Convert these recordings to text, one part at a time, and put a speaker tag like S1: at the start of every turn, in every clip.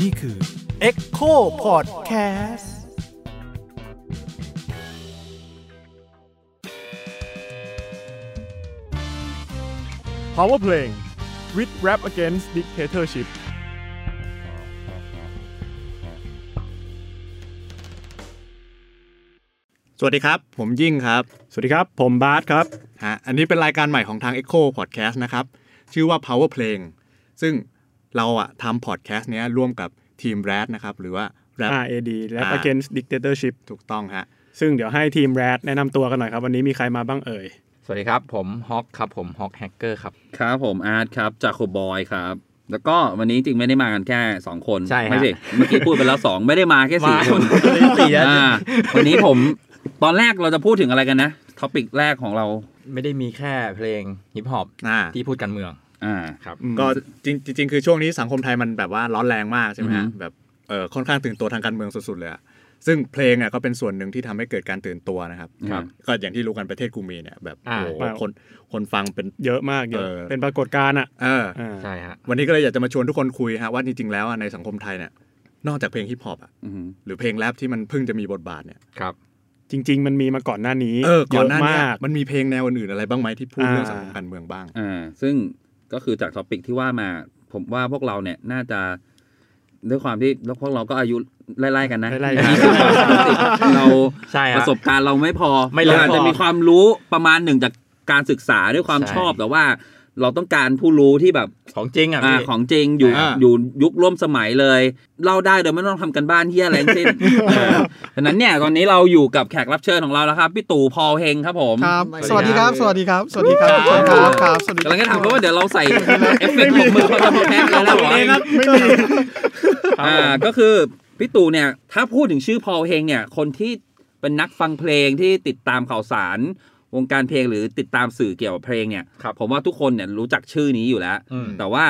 S1: นี่คือ
S2: Echo Podcast
S3: พาวเวอร์เพลง with rap against dictatorship
S4: สวัสดีครับ ผมยิ่งครับ
S3: สวัสดีครับ ผมบาสครับ
S4: ฮะอันนี้เป็นรายการใหม่ของทาง Echo Podcast นะครับ ชื่อว่า Power Playing ซึ่งเราอะทำพอดแคสต์เนี้ยร่วมกับทีมแรดนะครับ หรือว่าแรด
S3: RAD rap
S4: อ่า
S3: against dictatorship
S4: ถูกต้องฮะ
S3: ซึ่งเดี๋ยวให้ทีมแรดแนะนำตัวกันหน่อยครับ วันนี้มีใครมาบ้างเอ่ย
S5: สวัสดีครับ ผมฮอกครับ ผมฮอกแฮกเกอร์ครับ
S6: ครับผมอาร์ตครับจากโคบอยครับ แล้วก็วันนี้จริงไม่ได้มากันแค่ 2 คน
S5: ใช่ฮะ
S6: ไม่สิเมื่อกี้พูดไปแล้ว 2 ไม่ได้มาแค่สี่
S5: มา
S6: คน
S5: วันนี้สี่แล้ว
S6: อ่าวันนี้ผมตอนแรกเราจะพูดถึงอะไรกันนะท็อปิกแรกของเรา
S5: ไม่ได้มีแค่เพลงฮิปฮอป
S4: อ่า
S5: ที่พูดกันเมือง
S6: อ่า
S5: ครับ
S4: ก็จริงจริงๆ คือช่วงนี้สังคมไทยมันแบบว่าร้อนแรงมากใช่ไหมฮะ
S6: อือฮึ
S4: แบบเออค่อนข้างตื่นตัวทางการเมืองสุดๆเลยอะซึ่งเพลงเนี่ยก็เป็นส่วนหนึ่งที่ทำให้เกิดการตื่นตัวนะครับ
S6: ครับ
S4: ก็อย่างที่รู้กันประเทศกูมีเนี่ยแบบ
S5: อ่า
S4: โอ้โห
S3: ครับ
S4: คนคนฟังเป็น
S3: เยอะมากเยอะ
S4: เออ
S3: เป็นปรากฏการณ์อ่ะ
S4: เออ
S3: อ่า
S5: ใช่ฮะ
S4: วันนี้ก็เลยอยากจะมาชวนทุกคนคุยฮะว่าจริงๆแล้วอะในสังคมไทยเนี่ยนอกจากเพลงฮิปฮอปอะ
S6: อืม
S4: หรือเพลงแรปที่มันเพิ่งจะมีบทบาทเนี่ย
S5: ครับ
S3: จริง ๆ มันมีมาก่อนหน้านี้
S4: เออก่อนหน้า
S3: เยะ
S4: เนี้
S3: มาก
S4: มันมีเพลงแนวอื่นๆอะไรบ้างไหมที่พูด
S3: อ่า
S4: เรื่องสังคมการเมืองบ้าง
S6: อ่าซึ่งก็คือจากท็อปิกที่ว่ามา ผมว่าพวกเราเนี่ยน่าจะด้วยความที่พวกเราก็อายุไล่ๆกันนะ
S3: ไล่ๆกัน
S6: 20เรา
S5: ใช่ฮะ
S6: ประสบการณ์เราไม่พอ
S5: ไม่เพียง
S6: อาจ
S5: พอ
S6: จะมีความรู้ประมาณหนึ่งจากการศึกษาด้วยความ
S5: ใช่
S6: ชอบแต่ว่า เราต้องการผู้รู้ที่แบบ
S5: ของจริงอ่ะ
S6: อา
S5: พี่
S6: ของจริงอยู่
S4: อ่า
S6: อยู่ยุคร่วมสมัยเลยเล่าได้โดยไม่ต้องทำกันบ้านเฮียอะไรทั้ งสิ้นเออดังนั้นเนี่ยตอนนี้เราอยู่กับแขกรับเชิญของเราแล้วครับ พี่ตู่พอลเฮงครับผม
S7: ครับ
S5: ส
S7: ส
S5: วั
S7: วั
S5: ส
S7: ส
S5: ดี
S7: ดี
S5: ค
S7: ค
S5: รั
S7: รับ บ สวัสดีครับ สวัสดีครับทุกคนครับครับ สวัสดี
S6: กำลังจะถามเขาว่าเดี๋ยวเราใส่ เอฟเฟกต์ของมือเขาจะมาแพ้กันแล้วเหรอ
S3: ไม่มี
S6: อ่าก็คือพี่ตู่เนี่ยถ้าพูดถึงชื่อพอลเฮงเนี่ยคนที่เป็นนักฟังเพลงที่ติดตามข่าวสาร วงการเพลงหรือติดตามสื่อเกี่ยวกับเพลงเนี่ย
S5: ครับ
S6: ผมว่าทุกคนเนี่ยรู้จักชื่อนี้อยู่แล้ว
S5: อืม
S6: แต่ว่า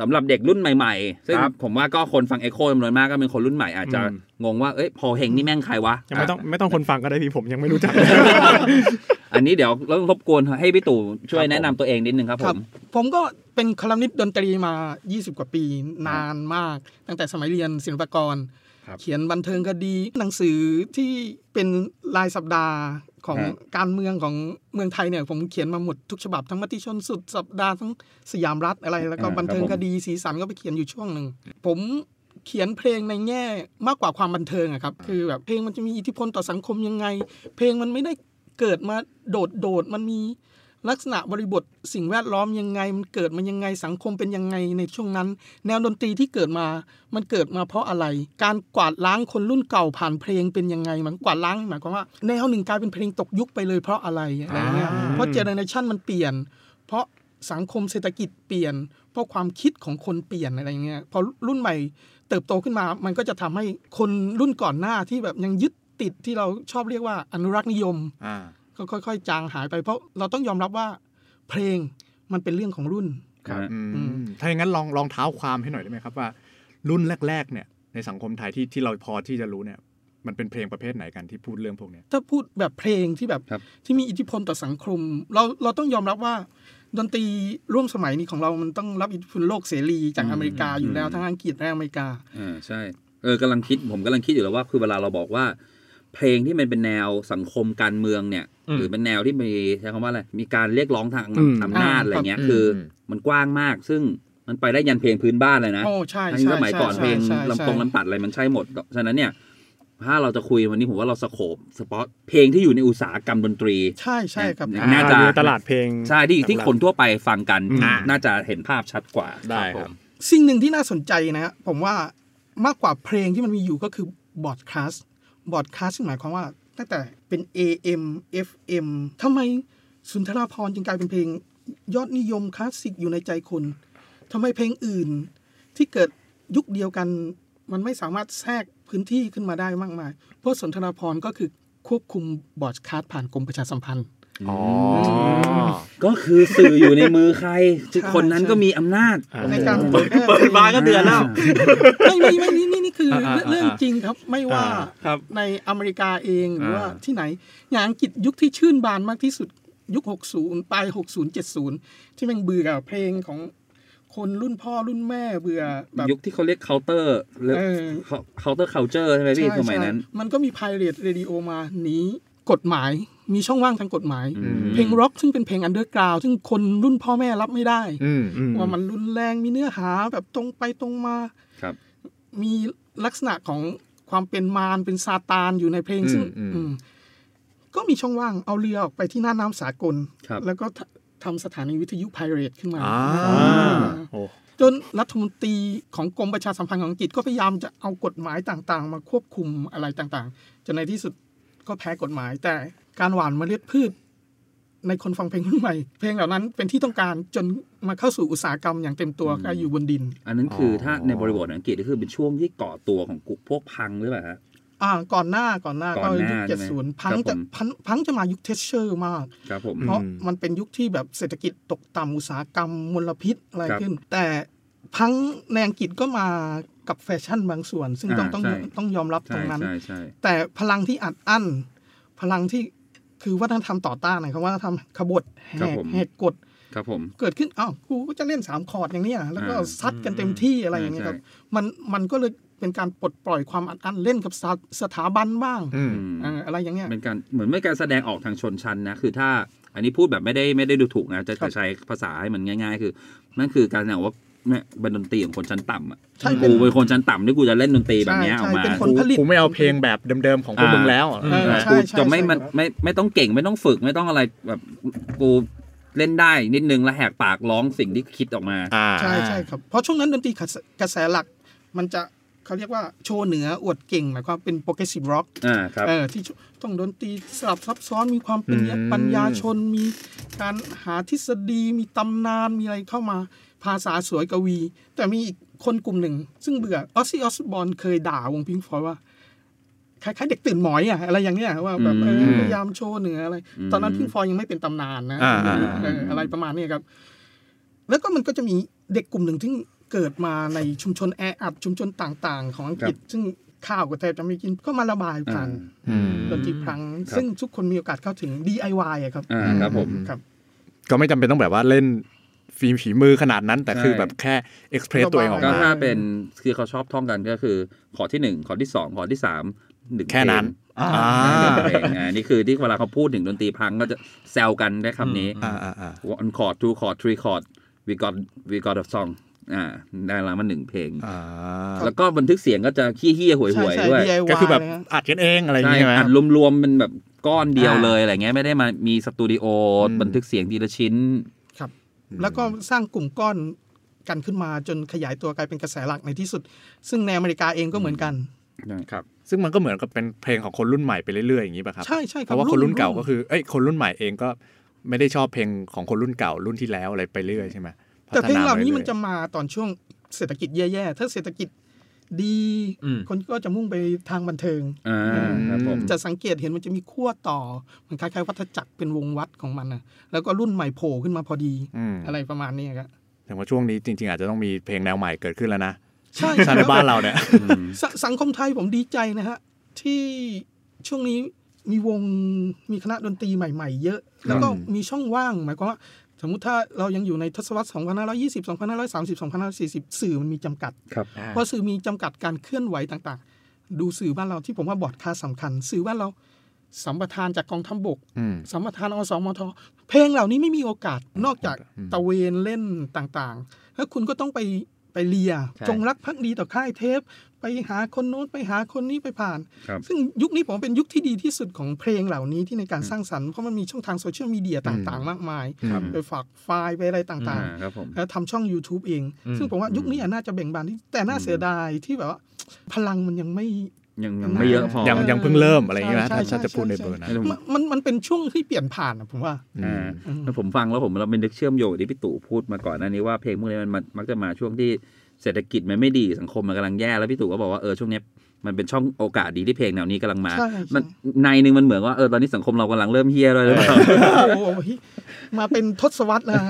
S6: สำหรับเด็กรุ่นใหม่ๆ ซึ่ง
S5: ครับ
S6: ผมว่าก็คนฟังเอ็โคจำนวนมากก็เป็นคนรุ่นใหม่อาจจะ
S3: อืม
S6: งงว่าเอ้ยพอลเฮงนี่แม่งใครวะ
S3: ยังไม่ต้องไม่ต้องคนฟังก็ได้พี่ผมยังไม่รู้จัก
S6: อันนี้เดี๋ยวเรารบกวนให้พี่ตู่ช่วยแนะนำตัวเองนิดนึงครับ
S7: ค
S6: ผ
S7: รับ
S6: ม
S7: ผมก็เป็นคอลัมนิสต์ดนตรีมา 20 กว่าปีนานมาก ตั้งแต่สมัยเรียนศิลปากร
S5: ครับ
S7: เขียนบันเทิงคดี หนังสือที่เป็นรายสัปดาห์ของ
S5: ฮะ
S7: การเมืองของเมืองไทยเนี่ย ผมเขียนมาหมดทุกฉบับทั้งมติชนสุดสัปดาห์ทั้งสยามรัฐอะไร แล้วก็บันเทิงคดีสีสันก็ไปเขียนอยู่ช่วงหนึ่งผมเขียนเพลงในแง่มากกว่าความบันเทิงอะครับคือแบบเพลงมันจะมีอิทธิพลต่อสังคมยังไง เพลงมันไม่ได้เกิดมาโดดโดดๆมันมี ลักษณะบริบทสิ่งแวดล้อมยังไง มันเกิดมายังไงสังคมเป็นยังไงในช่วงนั้น แนวดนตรีที่เกิดมา มันเกิดมาเพราะอะไร การกวาดล้างคนรุ่นเก่าผ่านเพลงเป็นยังไง มันกวาดล้างหมายความว่าแนวหนึ่งกลายเป็นเพลงตกยุคไปเลยเพราะอะไรอะไรเงี้ยเพราะเจเนอเรชันมันเปลี่ยน เพราะสังคมเศรษฐกิจเปลี่ยน เพราะความคิดของคนเปลี่ยนอะไรเงี้ยพอรุ่นใหม่เติบโตขึ้นมา มันก็จะทำให้คนรุ่นก่อนหน้าที่แบบยังยึดติดที่เราชอบเรียกว่าอนุรักษ์นิยม
S4: อ่า
S7: ก็ค่อย ๆ จางหายไปเพราะเราต้องยอมรับว่า เพลงมันเป็นเรื่องของรุ่น
S6: ครับ
S4: อืม
S7: อืม
S4: ถ้าอย่างนั้นลองลองเท้าความให้หน่อยได้ไหมครับว่า รุ่นแรก ๆ เนี่ยในสังคมไทยที่ที่เราพอที่จะรู้เนี่ย มันเป็นเพลงประเภทไหนกันที่พูดเรื่องพวกเนี้ย
S7: ถ้าพูดแบบเพลงที่แบบ
S6: ครับ
S7: ที่มีอิทธิพลต่อสังคม เราเราต้องยอมรับว่า ดนตรีร่วมสมัยนี้ของเรามันต้องรับอิทธิพลโลกเสรีจากอเมริกาอยู่แล้วทั้งอังกฤษและอเมริกา
S6: อ่าใช่เออกำลังคิดผมกำลังคิดอยู่แล้วว่าคือเวลาเราบอกว่า เพลงที่มันเป็นแนวสังคมการเมืองเนี่ย
S5: อืม
S6: หรือเป็นแนวที่มีใช้คำว่าอะไรมีการเรียกร้องทาง
S3: อืม
S6: อำนาจ
S7: อ่า
S6: อะไรเงี้ย
S4: ครับ
S6: คืออ
S4: ม
S6: มันกว้างมาก ซึ่งมันไปได้ยันเพลงพื้นบ้านเลยนะ
S7: โอ้ใช่
S6: ทั้ง
S7: ใช่
S6: สมัย
S7: ใช่
S6: ก่อน
S7: ใช่
S6: เพลง
S7: ใช่ใช่
S6: ลำปงลำปัดอะไรมันใช่หมดฉะนั้นเนี่ย ถ้าเราจะคุยวันนี้ผมว่าเราสโคบสปอตเพลงที่อยู่ในอุตสาหกรรมดนตรี
S7: ใช่ใช่ครับ
S6: อ่า น่จะ
S3: อยู่ในตลาดเพลง
S6: ใช่ที่ที่คนทั่วไปฟังกัน
S3: อืม
S6: น่าจะเห็นภาพชัดกว่า
S4: ได้ครับ
S7: สิ่งหนึ่งที่น่าสนใจนะฮะผมว่ามากกว่าเพลงที่มันมีอยู่ก็คือบอดคาสต์บอดคาสต์ซึ่งหมายความว่าตั้งแต่เป็น AM FM ทำไมสุนทราพรณ์จึงกลายเป็นเพลงยอดนิยมคลาสสิกอยู่ในใจคนทำไมเพลงอื่นที่เกิดยุคเดียวกัน มันไม่สามารถแทรกพื้นที่ขึ้นมาได้มากมาย เพราะสุนทราพรณ์ก็คือควบคุมบอดคาสต์ผ่านกรมประชาสัมพันธ์
S4: อ๋อ
S6: ก็คือสื่ออยู่ในมือใครซึ่ง
S7: ใช่
S6: คนนั้น
S7: ใช่
S6: ก็มีอำนาจ
S7: ในการเผยแพร่
S6: เปิดมาก็เดือดแล้ว
S7: ไม่ไม่ไม่นี่นี่นี่คืออา
S4: อ่า
S7: เรื่อง
S4: อ่า
S7: จริงครับไม่ว่า
S4: อ่า
S5: ครับ
S7: ในอเมริกาเอง หรือว่า
S4: อ่า
S7: ที่ไหน อย่างอังกฤษยุคที่ชื่นบานมากที่สุดยุค 60 ปลาย 60 70 ที่แม่งเบื่อกับเพลงของ คนรุ่นพ่อรุ่นแม่เบื่อแบบ
S6: ยุคที่เขาเรียกเคาน์เตอร์หรือ
S7: เออ
S6: เคาน์เตอร์เคาน์เจอร์ใช่ไหมพี่
S7: ใช่
S6: สมัยนั้น
S7: ใช่มันก็มีพายเรตเรดิโอมาหนี้กฎหมายมีช่องว่างทางกฎหมาย
S4: อืม
S7: เพลงร็อกซึ่งเป็นเพลงอันเดอร์กราวซึ่งคนรุ่นพ่อแม่รับไม่ได้
S4: อืม
S5: อืม
S7: ว่ามันรุนแรงมีเนื้อหาแบบตรงไปตรงมา
S6: ครับ
S7: มีลักษณะของความเป็นมารเป็นซาตานอยู่ในเพลง
S4: อืม
S7: ซึ่ง
S4: อืม
S7: อืมก็มีช่องว่างเอาเรือออกไปที่หน้าน้ำสากล
S6: ครับ
S7: แล้วก็ททำสถานีวิทยุไพเรตขึ้นมา
S4: อ่าโอ้
S7: จนรัฐมนตรีของกรมประชาสัมพันธ์ของอังกฤษก็พยายามจะเอากฎหมายต่างๆ มาควบคุมอะไรต่างๆ จนในที่สุดก็แพ้กฎหมาย แต่การหว่านเมล็ดพืช ในคนฟังเพลงรุ่นใหม่ เพลงเหล่านั้นเป็นที่ต้องการจนมาเข้าสู่อุตสาหกรรมอย่างเต็มตัวก็อยู่บนดิน
S6: อันนั้นคืออ
S4: อ
S6: ถ้าในบริบทอังกฤษก็คือเป็นช่วงที่ก่อตัวของกลุ่มพวกพังหรือเปล่าฮะ
S7: อ่าก่อนหน้าก่อนหน้า
S6: ก่
S7: ก็
S6: อนหน้า
S7: ยุค
S6: ใช่ไหม
S7: เจ็ดศูนย์พัง
S6: ครับผ
S7: จะ
S6: ม
S7: พังพังจะมายุคเทชเชอร์มาก
S6: ครับผม
S7: เพราะมันเป็นยุคที่แบบเศรษฐกิจตกต่ำอุตสาหกรรมมลพิษอะไร
S6: ครับ
S7: ขึ้น แต่พังในอังกฤษก็มากับแฟชั่นบางส่วน ซึ่งต้อง
S6: อ่า
S7: ต้อง
S6: ใช่
S7: ต้องยอมรับตร
S6: ใช่
S7: งนั้น
S6: ใช่ใช่
S7: แต่พลังที่อัดอั้น พลังที่คือวัฒนธรรมต่อต้านนะครับวัฒนธรรมขบฏแหกแหกกฎ
S6: ครับผม
S7: เกิดขึ้น อ้าว กูก็จะเล่น 3 คอร์ดอย่างเนี้ยแล้วก็
S6: อ่า
S7: ซัดกันเต็มที่อะไรอย่างเงี้ยครับ
S6: ใช่
S7: มัน มันก็เลยเป็นการปลดปล่อยความอัดอั้นเล่นกับสถาสถาบันบ้าง
S4: อืม
S6: อืม
S7: อ่าอะไรอย่างเงี้ย
S6: เป็นการเหมือนไม่การแสดงออกทางชนชั้นนะ คือถ้าอันนี้พูดแบบไม่ได้ไม่ได้ดูถูกนะ จะ
S7: ครั
S6: จะ
S7: บ
S6: ใช้ภาษาให้มันง่าย ๆ คือนั่นคือการแสดงว่าแม่เป็นดนตรีของคนชั้นต่ำอ่ะ
S7: ใช่เป็น
S6: กูเป็นคนชั้นต่ำที่กูจะเล่นดนตรีแบบเนี้ยอ
S7: ใช่
S6: อกมา
S7: ใช่เป็นคน
S6: กู
S7: ผลิต
S4: กูไม่เอาเพลงแบบเดิมๆของพวกมึงแล้ว
S7: เออใช่
S6: กูจะไม่มันไม่ไม่ต้องเก่งไม่ต้องฝึกไม่ต้องอะไรแบบกูเล่นได้นิดนึงแล้วแหกปากร้องสิ่งที่คิดออกมา
S4: อ่า
S7: ใช่ใช่ครับ เพราะช่วงนั้นดนตรีกระแสกระแสหลัก มันจะเขาเรียกว่าโชว์เหนืออวดเก่งหมายความเป็นโปรเกรสซีฟร็อก
S6: อ่าครับ
S7: เออที่ต้องดนตรีสลับซับซ้อนมีความเป็นปัญญาชน มีการหาทฤษฎีมีตำนานมีอะไรเข้ามาภาษาสวยกวี แต่มีอีกคนกลุ่มหนึ่ง ซึ่งเบื่อออซี่ออสบอนเคยด่าวงพิงฟอยว่า คล้ายๆเด็กตื่นหมอยอะอะไรอย่างเงี้ยว่าแบบเออ
S6: อืม
S7: พยายามโชว์เหนืออะไร
S6: อืม
S7: ตอนนั้นพิงฟอยยังไม่เป็นตำนานนะ
S4: อ่า
S7: เอออะไรประมาณเนี้ยครับ แล้วก็มันก็จะมีเด็กกลุ่มหนึ่งที่เกิดมาในชุมชนแออัดชุมชนต่างๆ ของอังกฤษ ซึ่งข้าวก็แทบจะไม่กินก็มาระบายผ่าน
S4: อื
S6: อ่า
S4: ม
S7: ดนตรีพลัง
S6: ครับ
S7: ซึ่งทุกคนมีโอกาสเข้าถึง DIY อะครับ
S6: อ่าครับผม
S7: ครับ
S4: ก็ไม่จำเป็นต้องแบบว่าเล่นฟิล์มฝีมือขนาดนั้น แต่คือแบบแค่เอ็กเพรสตัวเองออก
S6: ก็
S4: มา
S6: ถ้าเป็นคือเขาชอบท่องกันก็คือขอที่หนึ่งขอที่สองขอที่สามหนึ่ง
S4: แค่นั้น
S6: เพลง
S4: อ่า
S6: อะไรอย่างเงี้ยนี่คือที่เวลาเขาพูดถึงดนตรีพังก็จะแซวกันได้คำนี้
S4: อ่าอ่าอ่า
S6: one chord two chord three chord we got we got a song อ่าได้ละมาหนึ่งเพลง
S4: อ่า
S6: แล้วก็บันทึกเสียงก็จะขี้เหี้ยหวยห
S7: ใช่
S6: วย
S7: ใช่
S6: ด้วย
S7: DIY
S4: ก็คือแบบ
S7: นะฮะ
S4: อัดกันเองอะไรอย่าง
S6: ใช่
S4: งี้ใช่ไหม
S6: อัดรวมๆเป็นแบบก้อนเดียว
S4: อ่า
S6: เลยอะไรเงี้ยไม่ได้มามีสตูดิโออ
S4: ม
S6: บันทึกเสียงทีละชิ้น
S7: ครับ แล้วก็สร้างกลุ่มก้อนกันขึ้นมาจนขยายตัวกลายเป็นกระแสหลักในที่สุด ซึ่งในอเมริกาเองก็เหมือนกัน
S4: ซึ่งมันก็เหมือนกับเป็นเพลงของคนรุ่นใหม่ไปเรื่อยๆอย่างนี้ป่ะครับ
S7: ใช่ใช่ค
S4: เพ
S7: รับ
S4: ราะว่าคนรุ่นเก่าก็
S7: น
S4: คือเอ้ยคนรุ่นใหม่เองก็ไม่ได้ชอบเพลงของคนรุ่นเก่ารุ่นที่แล้วอะไรไปเรื่อยใช่ไหม
S7: แต่เพลงเหล่านี้
S4: พัฒ
S7: มันจะมาตอนช่วงเศรษฐกิจแย่ๆ ถ้าเศรษฐกิจดี
S5: อืม
S7: คนก็จะมุ่งไปทางบันเทิง
S6: อ่าครับผม
S7: จะสังเกตเห็นมันจะมีขั้วต่อ มันคล้ายๆวัฏจักรเป็นวงวัดของมันนะแล้วก็รุ่นใหม่โผล่ขึ้นมาพอดี
S4: อืม
S7: อะไรประมาณเนี้ยครับ
S4: แต่ว่าช่วงนี้จริง ๆ อาจจะต้องมีเพลงแนวใหม่เกิดขึ้นแล้วนะ
S7: ใช่
S4: ชาติในบ้านเราเนี่ย
S7: สสังคมไทยผมดีใจนะฮะ ที่ช่วงนี้มีวงมีคณะดนตรีใหม่ๆ เยอะ แล้วก็มีช่องว่าง หมายความว่า สมมุติถ้าเรายังอยู่ในทศวรรษ 2520 2530 2540 สื่อมันมีจำกัด
S5: อ่า
S7: เพราะสื่อมีจำกัดการเคลื่อนไหวต่างๆ ดูสื่อบ้านเราที่ผมว่าบอร์ดคาสต์สำคัญ สื่อบ้านเราสัมปทานจากกองทัพบก
S4: อืม
S7: สัมปทานอสมท เพลงเหล่านี้ไม่มีโอกาสนอกจากตะเวนเล่นต่างๆ แล้วคุณก็ต้องไปไปเลีย
S5: ใช่
S7: จงรักภักดีต่อค่ายเทป ไปหาคนโน้นไปหาคนนี้ไปผ่าน
S6: ครับ
S7: ซึ่งยุคนี้ผมว่าเป็นยุคที่ดีที่สุดของเพลงเหล่านี้ที่ในการสร้างสรรค์ เพราะมันมีช่องทางโซเชียลมีเดียต่างๆ มากมาย
S4: ครับ
S7: ไปฝากไฟล์ไปอะไรต่า
S6: อ่าง ครับผม
S7: ๆ แล้วทำช่อง YouTube เอง ซึ่งผมว่ายุคนี้อ่ะน่าจะเบ่งบานที่แต่น่าเสียดายที่แบบว่า พลังมันยังไม่
S6: ยังยังไม่เยอะพอ
S4: ยังยังเพิ่งเริ่มอะไรอย่างเงี้ยนะ
S7: ใช่
S4: ถ้า
S7: ใช่
S4: ถ้าจะพูดในเบ
S7: ใช่
S4: อร์นะ
S7: มันมันมันเป็นช่วงที่เปลี่ยนผ่านอะผมว่า
S6: อ่าแล้วผมฟังแล้วผมเราเป็นนึกเชื่อมโยงกับที่พี่ตู่พูดมาก่อนหน้านี้ว่าเพลงพวกนี้มันมันมักจะมาช่วงที่เศรษฐกิจมันไม่ดีสังคมมันกำลังแย่แล้วพี่ตู่ก็บอกว่าเออช่วงเนี้ยมันเป็นช่องโอกาสดีที่เพลงแนวนี้กำลังมา
S7: ใช่ใช่
S6: มันในหนึงมันเหมือนว่าเออตอนนี้สังคมเรากำลังเริ่มเฮี้ยด้วยห รือเปล่า
S7: โอ้โหมาเป็นทศวรรษแล้ว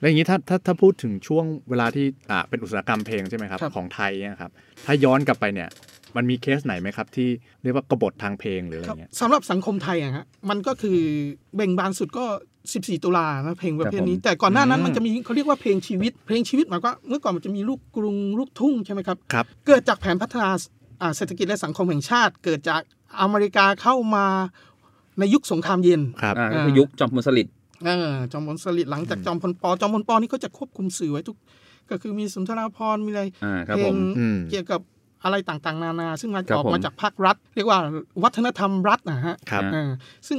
S4: แล้วอย่างนี้ถ้าถ้าถ้าพูดถึงช่วงเวลาที่อ่าเป็นอุตสาหกรรมเพลงใช่ไหมครับ
S7: ครับ
S4: ของไทยเนี่ยครับถ้าย้อนกลับไปเนี่ย มันมีเคสไหนไหมครับที่เรียกว่ากบฏทางเพลงหรืออะไร
S7: ครับ
S4: เงี้ย
S7: สำหรับสังคมไทยอะฮะมันก็คือเบ่งบานสุดก็ 14 ตุลานะเพลงประเภทนี้
S5: ครับผม
S7: แต่ก่อนหน้านั้น
S4: อืม
S7: มันจะมีเขาเรียกว่าเพลงชีวิต เพลงชีวิตหมายความว่าเมื่อก่อนมันจะมีลูกกรุงลูกทุ่งใช่ไหมครับ
S4: ครับ
S7: เกิดจากแผนพัฒนาอ่าเศรษฐกิจและสังคมแห่งชาติ เกิดจากอเมริกาเข้ามาในยุคสงครามเย็น
S4: ครับ
S6: อ่าก็คือยุคจอมพลสฤษดิ์
S7: เออจอมพลสฤษดิ์หลังจากจอมพลปจอมพลปนี่เขาจะควบคุมสื่อไว้ทุก ก็คือมีสุนทราภรณ์มีอะไร
S6: อ่าครับ
S7: เพ
S6: ผ
S7: ลง
S6: ม
S4: อืม
S7: เกี่ยวกับอะไรต่างๆ นานา ซึ่งมัน
S6: ครับ
S7: ออก
S6: ผม
S7: มาจากภาครัฐ เรียกว่าวัฒนธรรมรัฐนะฮะ
S4: ครับ
S7: เออซึ่ง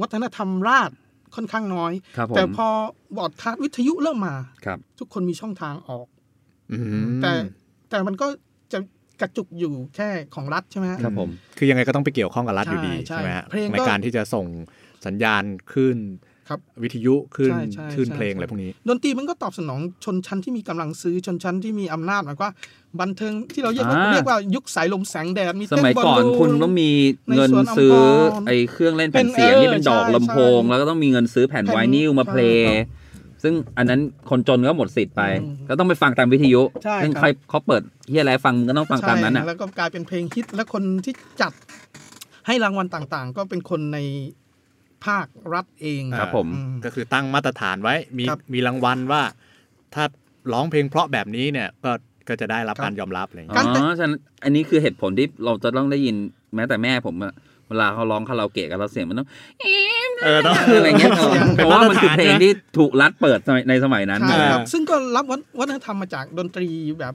S7: วัฒนธรรมราชค่อนข้างน้อย
S6: ครับผม
S7: แต่พอบอดคาสต์วิทยุเริ่มมา
S6: ครับ
S7: ทุกคนมีช่องทางออก
S4: อืม
S7: แต่แต่มันก็จะกระจุกอยู่แค่ของรัฐใช่ไหมฮะ
S6: ครับผม
S4: คือยังไงก็ต้องไปเกี่ยวข้องกับรัฐ
S7: ใช่
S4: อยู่ดี
S7: ใช่
S4: ใช่ไหมฮะ
S7: เพลงก็
S4: ในการที่จะส่งสัญญาณขึ้น
S7: ครับ
S4: วิทยุขึ้น
S7: ใช่ใช่
S4: ขึ้น
S7: ใช่
S4: เพลง
S7: ใช่
S4: อะไรพวกนี้
S7: ดนตรีมันก็ตอบสนองชนชั้นที่มีกำลังซื้อชนชั้นที่มีอำนาจหมายความว่าบันเทิงที่เราเรียกว่า
S6: อ่า
S7: เรียกว่ายุคสายลมแสงแดดมี
S6: ส
S7: เต้น
S6: มัย
S7: บอล
S6: ก่อน
S7: ลู
S6: คุณต้องมี
S7: ใน
S6: เงิน
S7: สวนอัมพร
S6: ซื้อไอ้เครื่องเล่นแผ่นเสียง
S7: เป็นเออ
S6: นี่เป็นดอก
S7: ใช่
S6: ลำโพง
S7: ใช่
S6: แล้วก็ต้องมีเงินซื้อแผ่น
S7: แผ่น
S6: ไวนิลมา
S7: ใช่
S6: เพลงซึ่งอันนั้นคนจนก็หมดสิทธิ์ไป
S7: อืม
S6: ก็ต้องไปฟังตามวิทยุ
S7: ใช่
S6: ซึ่ง
S7: ครับ
S6: ใครเขาเปิดที่อะไรฟังก็ต้องฟังตามนั้นอ่ะ
S7: ใช่แล้วก็กลายเป็นเพลงฮิต และคนที่จัดให้รางวัลต่างๆ ก็เป็นคนในภาครัฐเอง
S6: ครับผม
S7: อื
S4: ก็คือตั้งมาตรฐานไว้ มี
S7: ครับ
S4: มีรางวัลว่า ถ้าร้องเพลงเพราะแบบนี้เนี่ยก็ก็จะได้รับ
S7: ครับ
S4: การยอมรับอะไรอย่าง
S6: อ๋
S4: เงี้ย
S7: การแต่
S6: อฉะนั้นอันนี้คือเหตุผลที่เราจะต้องได้ยินแม้แต่แม่ผมอะเวลาเขาร้องคาราโอเกะกันเราเสียงมันต้อง
S4: เออต้อง
S6: อะไรเงี้ย
S7: เสียง
S6: เพราะว่ามันคือเพลงที่ถูกรัดเปิดในสมัยนั้น
S7: ใช่
S6: นะ
S7: ครับซึ่งก็รับวัฒวัฒนธรรมมาจากดนตรีแบบ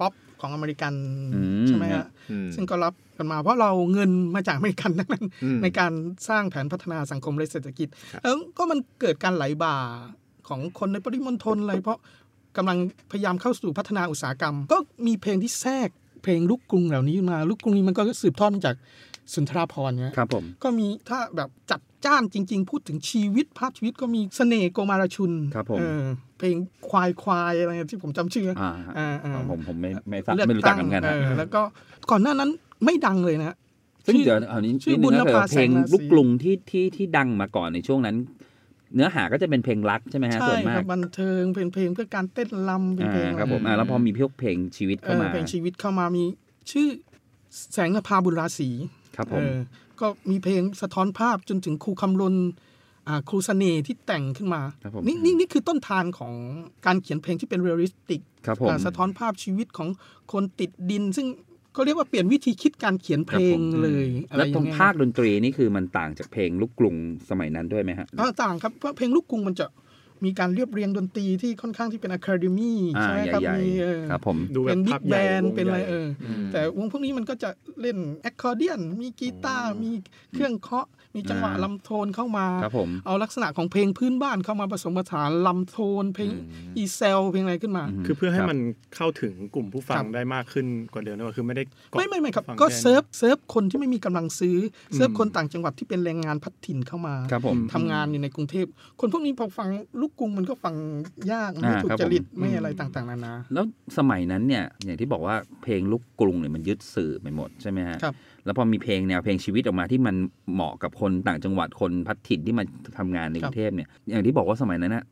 S7: ป๊อปของอเมริกัน
S6: อืม
S7: ใช่ไหมฮะ
S4: อืม
S7: ซึ่งก็รับกันมา เพราะเราเงินมาจากอเมริกันทั้งนั้น
S4: อืม
S7: ในการสร้างแผนพัฒนาสังคมและเศรษฐกิจแล้วก็มันเกิดการไหลบ่าของคนในปริมณฑลอะไรเพราะกำลังพยายามเข้าสู่พัฒนาอุตสาหกรรม ก็มีเพลงที่แทรกเพลงลูกกรุงเหล่านี้มาลูกกรุงนี้มันก็สืบทอดมาจากสุนทราภรณ์นะครับ
S6: ผม
S7: ก็มีถ้าแบบจัดจ้านจริง ๆ พูดถึงชีวิตภาพชีวิตก็มีเสน่ห์โกมารชุน
S6: ครับผม
S7: เออเพลงควายควายอะไรที่ผมจำชื่ออ
S6: อ่า
S7: อ่าอ่า
S6: ผมผมไม่ไม่ทราบ
S7: เลือ
S6: ไม่รู้จัก
S7: ง
S6: เหมือนกัน
S7: เอ
S6: ฮะ
S7: อแล้วก็ก่อนหน้านั้นไม่ดังเลยนะฮะ
S6: ซึ่ง
S7: ชื่อ
S6: เดี๋ยวเอานี้
S7: ชื่อ
S6: นิดนึง
S7: บุญน
S6: ก็คือ
S7: ภา
S6: เพลง
S7: แสงราศี
S6: ลูกกรุงที่ที่ที่ดังมาก่อนในช่วงนั้น เนื้อหาก็จะเป็นเพลงรักใช่ไหมฮะส่
S7: ใช่
S6: วนมา
S7: ครั
S6: ก
S7: บบันเทิงเป็นเพลงเพื่อการเต้นรำเป็น
S6: อ่า
S7: เพลง
S6: ครับผม
S7: อะไ
S6: อ่าแล้วพอมีพวกเพลงชีวิต
S7: เอ
S6: เข้า
S7: อ
S6: มา
S7: เพลงชีวิตเข้ามามีชื่อแสงนภาบุญราศี
S6: ครับผ
S7: เอ
S6: ม
S7: อก็มีเพลงสะท้อนภาพจนถึงครูคำลนอ่าครูเสน่ห์ที่แต่งขึ้นมา
S6: ครับผม
S7: นี่นี่นี่คือต้นทานของการเขียนเพลงที่เป็นเรียลลิสติก
S6: ครับผม
S7: อ่าสะท้อนภาพชีวิตของคนติดดิน ซึ่งก็เรียกว่าเปลี่ยนวิธีคิดการเขียนเพล
S6: ครับผ
S7: ง
S6: ม
S7: เลยอะไร
S6: แล้ว
S7: อ
S6: ตร
S7: ย่าง งเงี้ย
S6: ภาคดนตรีนี่คือมันต่างจากเพลงลูกกรุงสมัยนั้นด้วยไหมฮะ
S7: อ่าต่างครับเพราะเพลงลูกกรุงมันจะมีการเรียบเรียงดนตรีที่ค่อนข้างที่เป็นอะคาเดมี่
S6: อ่า
S7: ใช่ไหมครับ
S6: ใหญ่
S7: มีเออ
S6: ๆครับผม
S3: ดูแบบ
S7: เป็นบิ๊
S3: ภาก พ
S7: แบ
S3: ใหญ่ว
S7: นด์
S3: ง
S7: เป็นอะไร
S3: ใหญ่
S7: เอออ
S4: ม
S7: แต่วงพวกนี้มันก็จะเล่นแอคคอร์เดียน มีกีตาร์มีเครื่องเคาะ มีจังหวะ
S6: อ่า
S7: ลำโทนเข้ามา
S6: ครับผม
S7: เอาลักษณะของเพลงพื้นบ้านเข้ามาผสมผสานลำโทน เพลงอีเซลเพลงอะไรขึ้นมา
S3: คือเพื่อให้
S6: ครับ
S3: มันเข้าถึงกลุ่มผู้ฟั
S7: ครั
S3: ง
S7: บ
S3: ได้มากขึ้นกว่าเดิมนะคือไม่ได้เกาะ
S7: ไม่ไม่ไม่ครับ
S3: ฟัง
S7: ก็
S3: แค่
S7: เซิร์ฟเซิร์ฟคนที่ไม่มีกำลังซื้อเซิร์ฟคนต่างจังหวัดที่เป็นแรงงานพัดถิ่นเข้ามา
S6: ครับผม
S7: ทำงานอยู่ในกรุงเทพ คนพวกนี้พอฟังลูกกรุงมันก็ฟังยากมันไม่
S6: อ่า
S7: ถูก
S6: ครับผม
S7: จริตไม่อะไรต่างๆนานา
S6: แล้วสมัยนั้นเนี่ยอย่างที่บอกว่าเพลงลูกกรุงเนี่ยมันยึดสื่อไปหมดใช่ไหมฮะ
S7: ครับ
S6: แล้วพอมีเพลงแนวเพลงชีวิตออกมาที่มันเหมาะกับคนต่างจังหวัดคนพัดถิ่นที่มาทำงานในกรุงเทพเนี่ยอย่างที่บอกว่าสมัยนั้นนะ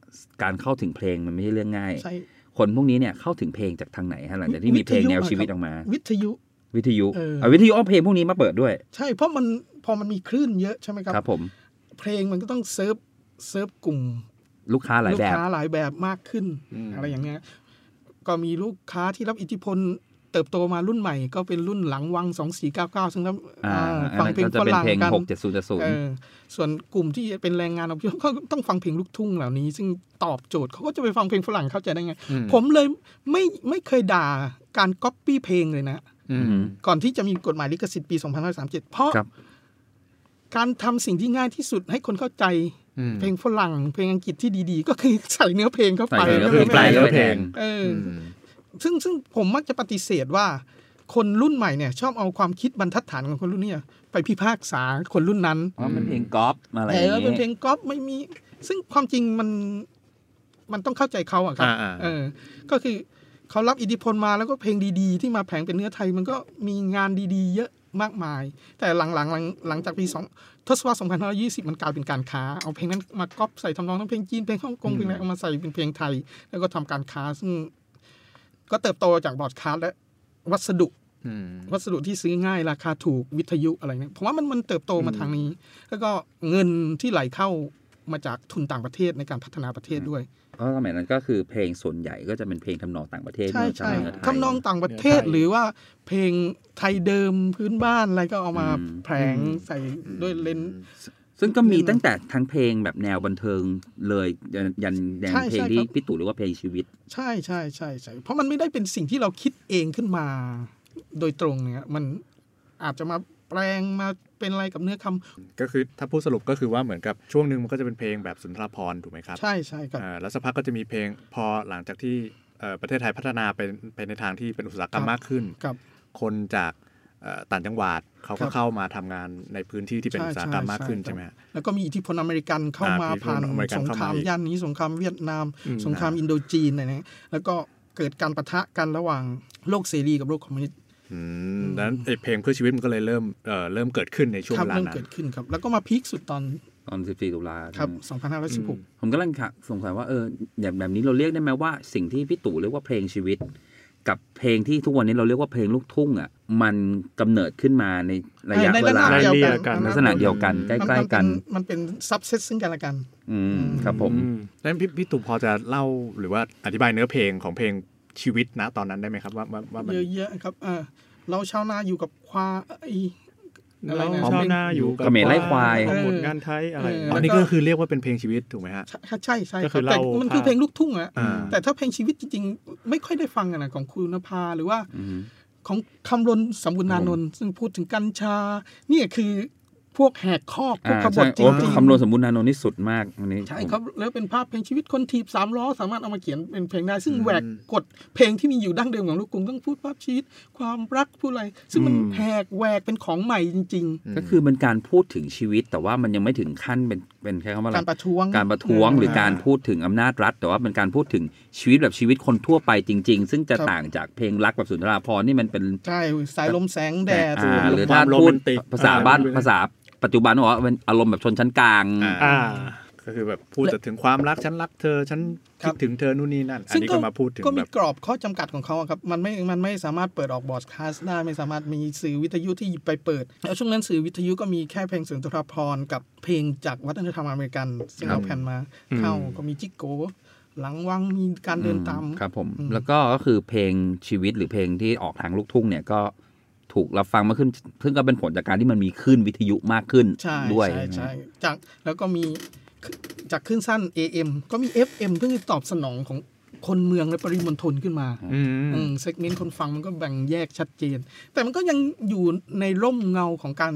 S6: การเข้าถึงเพลงมันไม่ใช่เรื่องง่าย
S7: ใช่
S6: คนพวกนี้เนี่ยเข้าถึงเพลงจากทางไหนฮะหลังจากที่
S7: วิ
S6: มี
S7: ท
S6: เพ
S7: ยุ
S6: ลงแนว
S7: อะครับ
S6: ชีวิตออกมา
S7: วิทยุ
S6: วิทยุ
S7: เออ
S6: เอาวิทยุเอาเพลงพวกนี้มาเปิดด้วย
S7: ใช่เพราะมันพอมันมีคลื่นเยอะใช่ไหมครับ
S6: ครับผม
S7: เพลงมันก็ต้องเซิร์ฟเซิร์ฟกลุ่ม
S6: ลูกค้าหลาย
S7: ลู
S6: แบ
S7: ก
S6: บ
S7: ค้าหลายแบบมากขึ้น อะไรอย่างเงี้ย ก็มีลูกค้าที่รับอิทธิพล เติบโตมารุ่นใหม่ ก็เป็นรุ่นหลังวัง 2499 ซึ่งแล้ว
S6: อ่า
S7: อ่า
S6: อัน
S7: ฟัง
S6: นั้น
S7: เพลง
S6: ก็จะ
S7: ฝ
S6: เป็น
S7: รั่ง
S6: เพลง
S7: กัน
S6: หกเจ็ดศูนย์เจ็ดศูน
S7: เอ
S6: ย์
S7: อส่วนกลุ่มที่เป็น แรงงานอพยพก็ต้องฟังเพลงลูกทุ่งเหล่านี้ ซึ่งตอบโจทย์เขาก็จะไปฟังเพลงฝรั่งเข้าใจได้ไง ผมเลยไม่ไม่เคยด่าการก๊อปปี้เพลงเลยนะ ก่อนที่จะมีกฎหมายลิขสิทธิ์ปี 2537 เพราะ
S6: ครับ
S7: การทำสิ่งที่ง่ายที่สุดให้คนเข้าใจ
S4: อืม
S7: เพลงฝรั่ง เพลงอังกฤษที่ดีๆ ก็คือใส่เนื้อเพลงเข้าไป
S6: ใส่เนื้อ
S4: คือปลายเนื้อเพลง
S7: เอออซึ่งซึ่งผมมักจะปฏิเสธว่า คนรุ่นใหม่เนี่ย ชอบเอาความคิดบรรทัดฐานของคนรุ่นเนี้ไปพิพากษาคนรุ่นนั้น
S6: อ๋อเป็นเพลงกอล์ฟอะไรอ
S7: แต่
S6: ย่าง
S7: ว่าเป็นเพล
S6: งี้
S7: งก๊อปไม่มี ซึ่งความจริงมันมันต้องเข้าใจเขาอะครับ
S4: อ่าๆ
S7: เออ ก็คือเขารับอิทธิพลมาแล้วก็เพลงดีๆ ที่มาแผงเป็นเนื้อไทย มันก็มีงานดีๆ เยอะมากมาย แต่หลังๆหลังหลังจากปีสองทศวรรษ2520 มันกลายเป็นการค้า เอาเพลงนั้นมาก๊อปใส่ทำนองทั้งเพลงจีนเพลงฮ่องกงเพลงอะไรเอามาใส่เป็นเพลงไทย แล้วก็ทำการค้าซึ่ง ก็เติบโตจากบอร์ดคาสต์และวัสดุ
S4: อืม
S7: วัสดุที่ซื้อง่ายราคาถูกวิทยุอะไรเนี่ยผมว่ามันมันเติบโตมาทางนี้ แล้วก็เงินที่ไหลเข้ามาจากทุนต่างประเทศในการพัฒนาประเทศด้วย
S6: เพราะสมัยนั้นก็คือเพลงส่วนใหญ่ก็จะเป็นเพลงทำนองต่างประเทศ
S7: ใช่
S6: เนอะ
S7: ใช่
S6: จำเนื้อไทย
S7: ทำนองต่างประเทศ
S3: เนื้อไทย
S7: หรือว่าเพลงไทยเดิมพื้นบ้านอะไรก็เอามา
S6: อืม
S7: แผลงใส่ด้วยเลนส์
S6: ซึ่งก็มีตั้งแต่ทั้งเพลงแบบแนวบันเทิงเลยยันยันแนว
S7: ใช่
S6: เพลง
S7: ใช่
S6: ที่
S7: ครับ
S6: พี่ตู่เรียกว่าเพลงชีวิต
S7: ใช่ใช่ใช่ใช่เพราะมันไม่ได้เป็นสิ่งที่เราคิดเองขึ้นมา โดยตรงเนี่ยมันอาจจะมาแปลงมาเป็นอะไรกับเนื้อคำ
S4: ก็คือถ้าพูดสรุปก็คือว่าเหมือนกับช่วงหนึ่งมันก็จะเป็นเพลงแบบสุนทรภรณ์ถูกไหมครับ
S7: ใช่ใช่ครับ
S4: อ่าแล้วสักพักก็จะมีเพลงพอหลังจากที่เอ่อประเทศไทยพัฒนาไปไปในทางที่เป็นอุตสาหกรรม
S7: ครับ
S4: มากขึ้น
S7: กับ
S4: คนจากเอ่อต่างจังหวัดเขาก็
S7: ครับ
S4: เข้ามาทำงานในพื้นที่ที่เป็น
S7: ใช่
S4: อุตสาหกรรม
S7: ใช่
S4: มากขึ้น
S7: ใช่
S4: ใช่ไหมฮะ
S7: แล้วก็มีอิทธิพลอเมริกันเข้ามา
S4: อ่ามี
S7: ผ่าน
S4: อิทธิพลอเมริกัน
S7: สงคราม
S4: เข้ามาอีก
S7: ย่านนี้สงครามเวียดนาม
S4: อืม
S7: สงครามอินโดจีนอะไรเนี่ยแล้วก็เกิดการประทะกันระหว่างโลกเสรีกับโลกคอมมิวนิสต์
S4: อืมดังนั้นไอ้เพลงเพื่อชีวิตมันก็เลยเริ่มเอ่อเริ่มเกิดขึ้นในช่วง
S7: ครับ
S4: เวลา
S7: เริ่ม
S4: นั้
S7: เกิ
S4: น
S7: ดขึ้นครับ แล้วก็มาพีคสุดตอน
S6: ตอน 14 ตุลา
S7: ครับ
S6: ผมก็ลังค่ะสงสัยว่าเอออย่างแบบนี้เราเรียกได้ไหมว่าสิ่งที่พี่ตู่เรียกว่าเพลงชีวิต กับเพลงที่ทุกวันนี้เราเรียกว่าเพลงลูกทุ่งอ่ะมันกำเนิดขึ้นมาในระยะ
S7: ใน
S6: เว
S7: ระ
S6: ลา
S3: ใน
S7: ดับเดียว
S3: ระ
S7: กั
S3: ดับ
S7: น
S3: เดียวกัน
S6: ลักษณะเดียวกันใกล้ๆกัน
S7: มันเป็นซับเซตซึ่งกันและกัน
S6: อืมครับผม
S3: อืม
S4: แล้วพี่พี่ตู่พอจะเล่าหรือว่าอธิบายเนื้อเพลงของเพลงชีวิตนะตอนนั้นได้ไหมครับว่าว่าว่ามัน
S7: เยอะๆครับเออเราชาวนาอยู่กับควายอะไร
S3: เรา
S7: นะ
S3: ชาวนาอยู่
S6: เขมรไล่ควาย
S3: ของหมดงานไทยอะไร
S7: เอ
S4: อ๋อนี่ก็คือเรียกว่าเป็นเพลงชีวิตถูกไหมฮะ
S7: ใช่ใช่ใช่
S3: ก็
S7: ค
S3: คื
S7: รับ
S3: อ
S7: แต่
S3: เล่า
S7: มันคือ
S3: ภาพ
S7: เพลงลูกทุ่งอะ
S4: อ่า
S7: แต่ถ้าเพลงชีวิตจริงๆ ไม่ค่อยได้ฟังอะนะของคุณนภาหรือว่า
S6: อืม
S7: ของคำรณสำบุญนานนท์ซึ่งพูดถึงกัญชา เนี่ยคือพวกแหกข้อกพวก
S6: อ่า
S7: ขบ
S6: ใช่
S7: ถจริ
S6: โอ้
S7: ง
S6: คำนวณสมบูรณ์นานนท์นี่สุดมากวันนี้
S7: ๆใช่ครับแล้วเป็นภาพเพลงชีวิตคนถีบสามล้อสามารถเอามาเขียนเป็นเพลงได้ซึ่งแหวกกฎเพลงที่มีอยู่ดั้งเดิมของลูกกรุงต้องพูดภาพชีวิต ความรักพูดอะไร ซึ่งมันแหกแหวกเป็นของใหม่จริง
S6: ก็คือเป็นการพูดถึงชีวิต แต่ว่ามันยังไม่ถึงขั้นเป็นเป็นใช้คำว่าอะไร
S7: ๆการประท้วง
S6: การประท้วงหรือการพูดถึงอำนาจรัฐ แต่ว่าเป็นการพูดถึงชีวิตแบบชีวิตคนทั่วไปจริง ๆ ซึ่งจะ
S7: ครับ
S6: ต่างจากเพลงรักแบบสุนทราภรณ์นี่มันเป็น
S7: ใช่สายลมแสงแดด
S6: อ่าหรือ
S4: ควา
S6: ถ้าม
S4: โร
S6: พู
S4: แม
S6: ด
S4: นติก
S6: ภาษา
S4: อะไร
S6: บ้าน
S4: พวกนี้
S6: ภาษาปัจจุบันเขาบอกว่าเป็นอารมณ์แบบชนชั้นกลาง
S4: อ่า
S3: อ่า
S4: ก็คือแบบพูดแต่ถึงความรักฉันรักเธอฉัน
S7: ค
S4: คิ
S7: รั
S4: ด
S7: บ
S4: ถึงเธอนู่นนี่นั่น อัน
S7: ซึ่ง
S4: นี้ก็มาพูดถึง
S7: ก็
S4: แบ
S7: มี
S4: บ
S7: กรอบข้อจำกัดของเขาอะครับ มันไม่ มันไม่สามารถเปิดออกบอร์ดคาสต์ได้ ไม่สามารถมีสื่อวิทยุที่หยิบไปเปิด แล้วช่วงนั้นสื่อวิทยุก็มีแค่เพลงสุนทรภรณ์กับเพลงจากวัฒนธรรมอเมริกันซึ่ง
S6: ครับ
S7: เราแผ่นมาเข้าก็มีจิกโก หลังวังมีการเดินตาม
S6: ครับผม
S7: อืม
S6: แล้วก็ก็คือเพลงชีวิตหรือเพลงที่ออกทางลูกทุ่งเนี่ยก็ถูกรับฟังมากขึ้น ซึ่งก็เป็นผลจากการที่มันมีคลื่นวิทยุมากขึ้น
S7: ใช่
S6: ด้วย
S7: ใช่ใช่จากแล้วก็มีจากขึ้นสั้น AM ก็มี FM เพื่อตอบสนองของคนเมืองและปริมณฑลขึ้นมา
S4: อืม
S7: อืมเซกเมนต์คนฟังมันก็แบ่งแยกชัดเจน แต่มันก็ยังอยู่ในร่มเงาของการ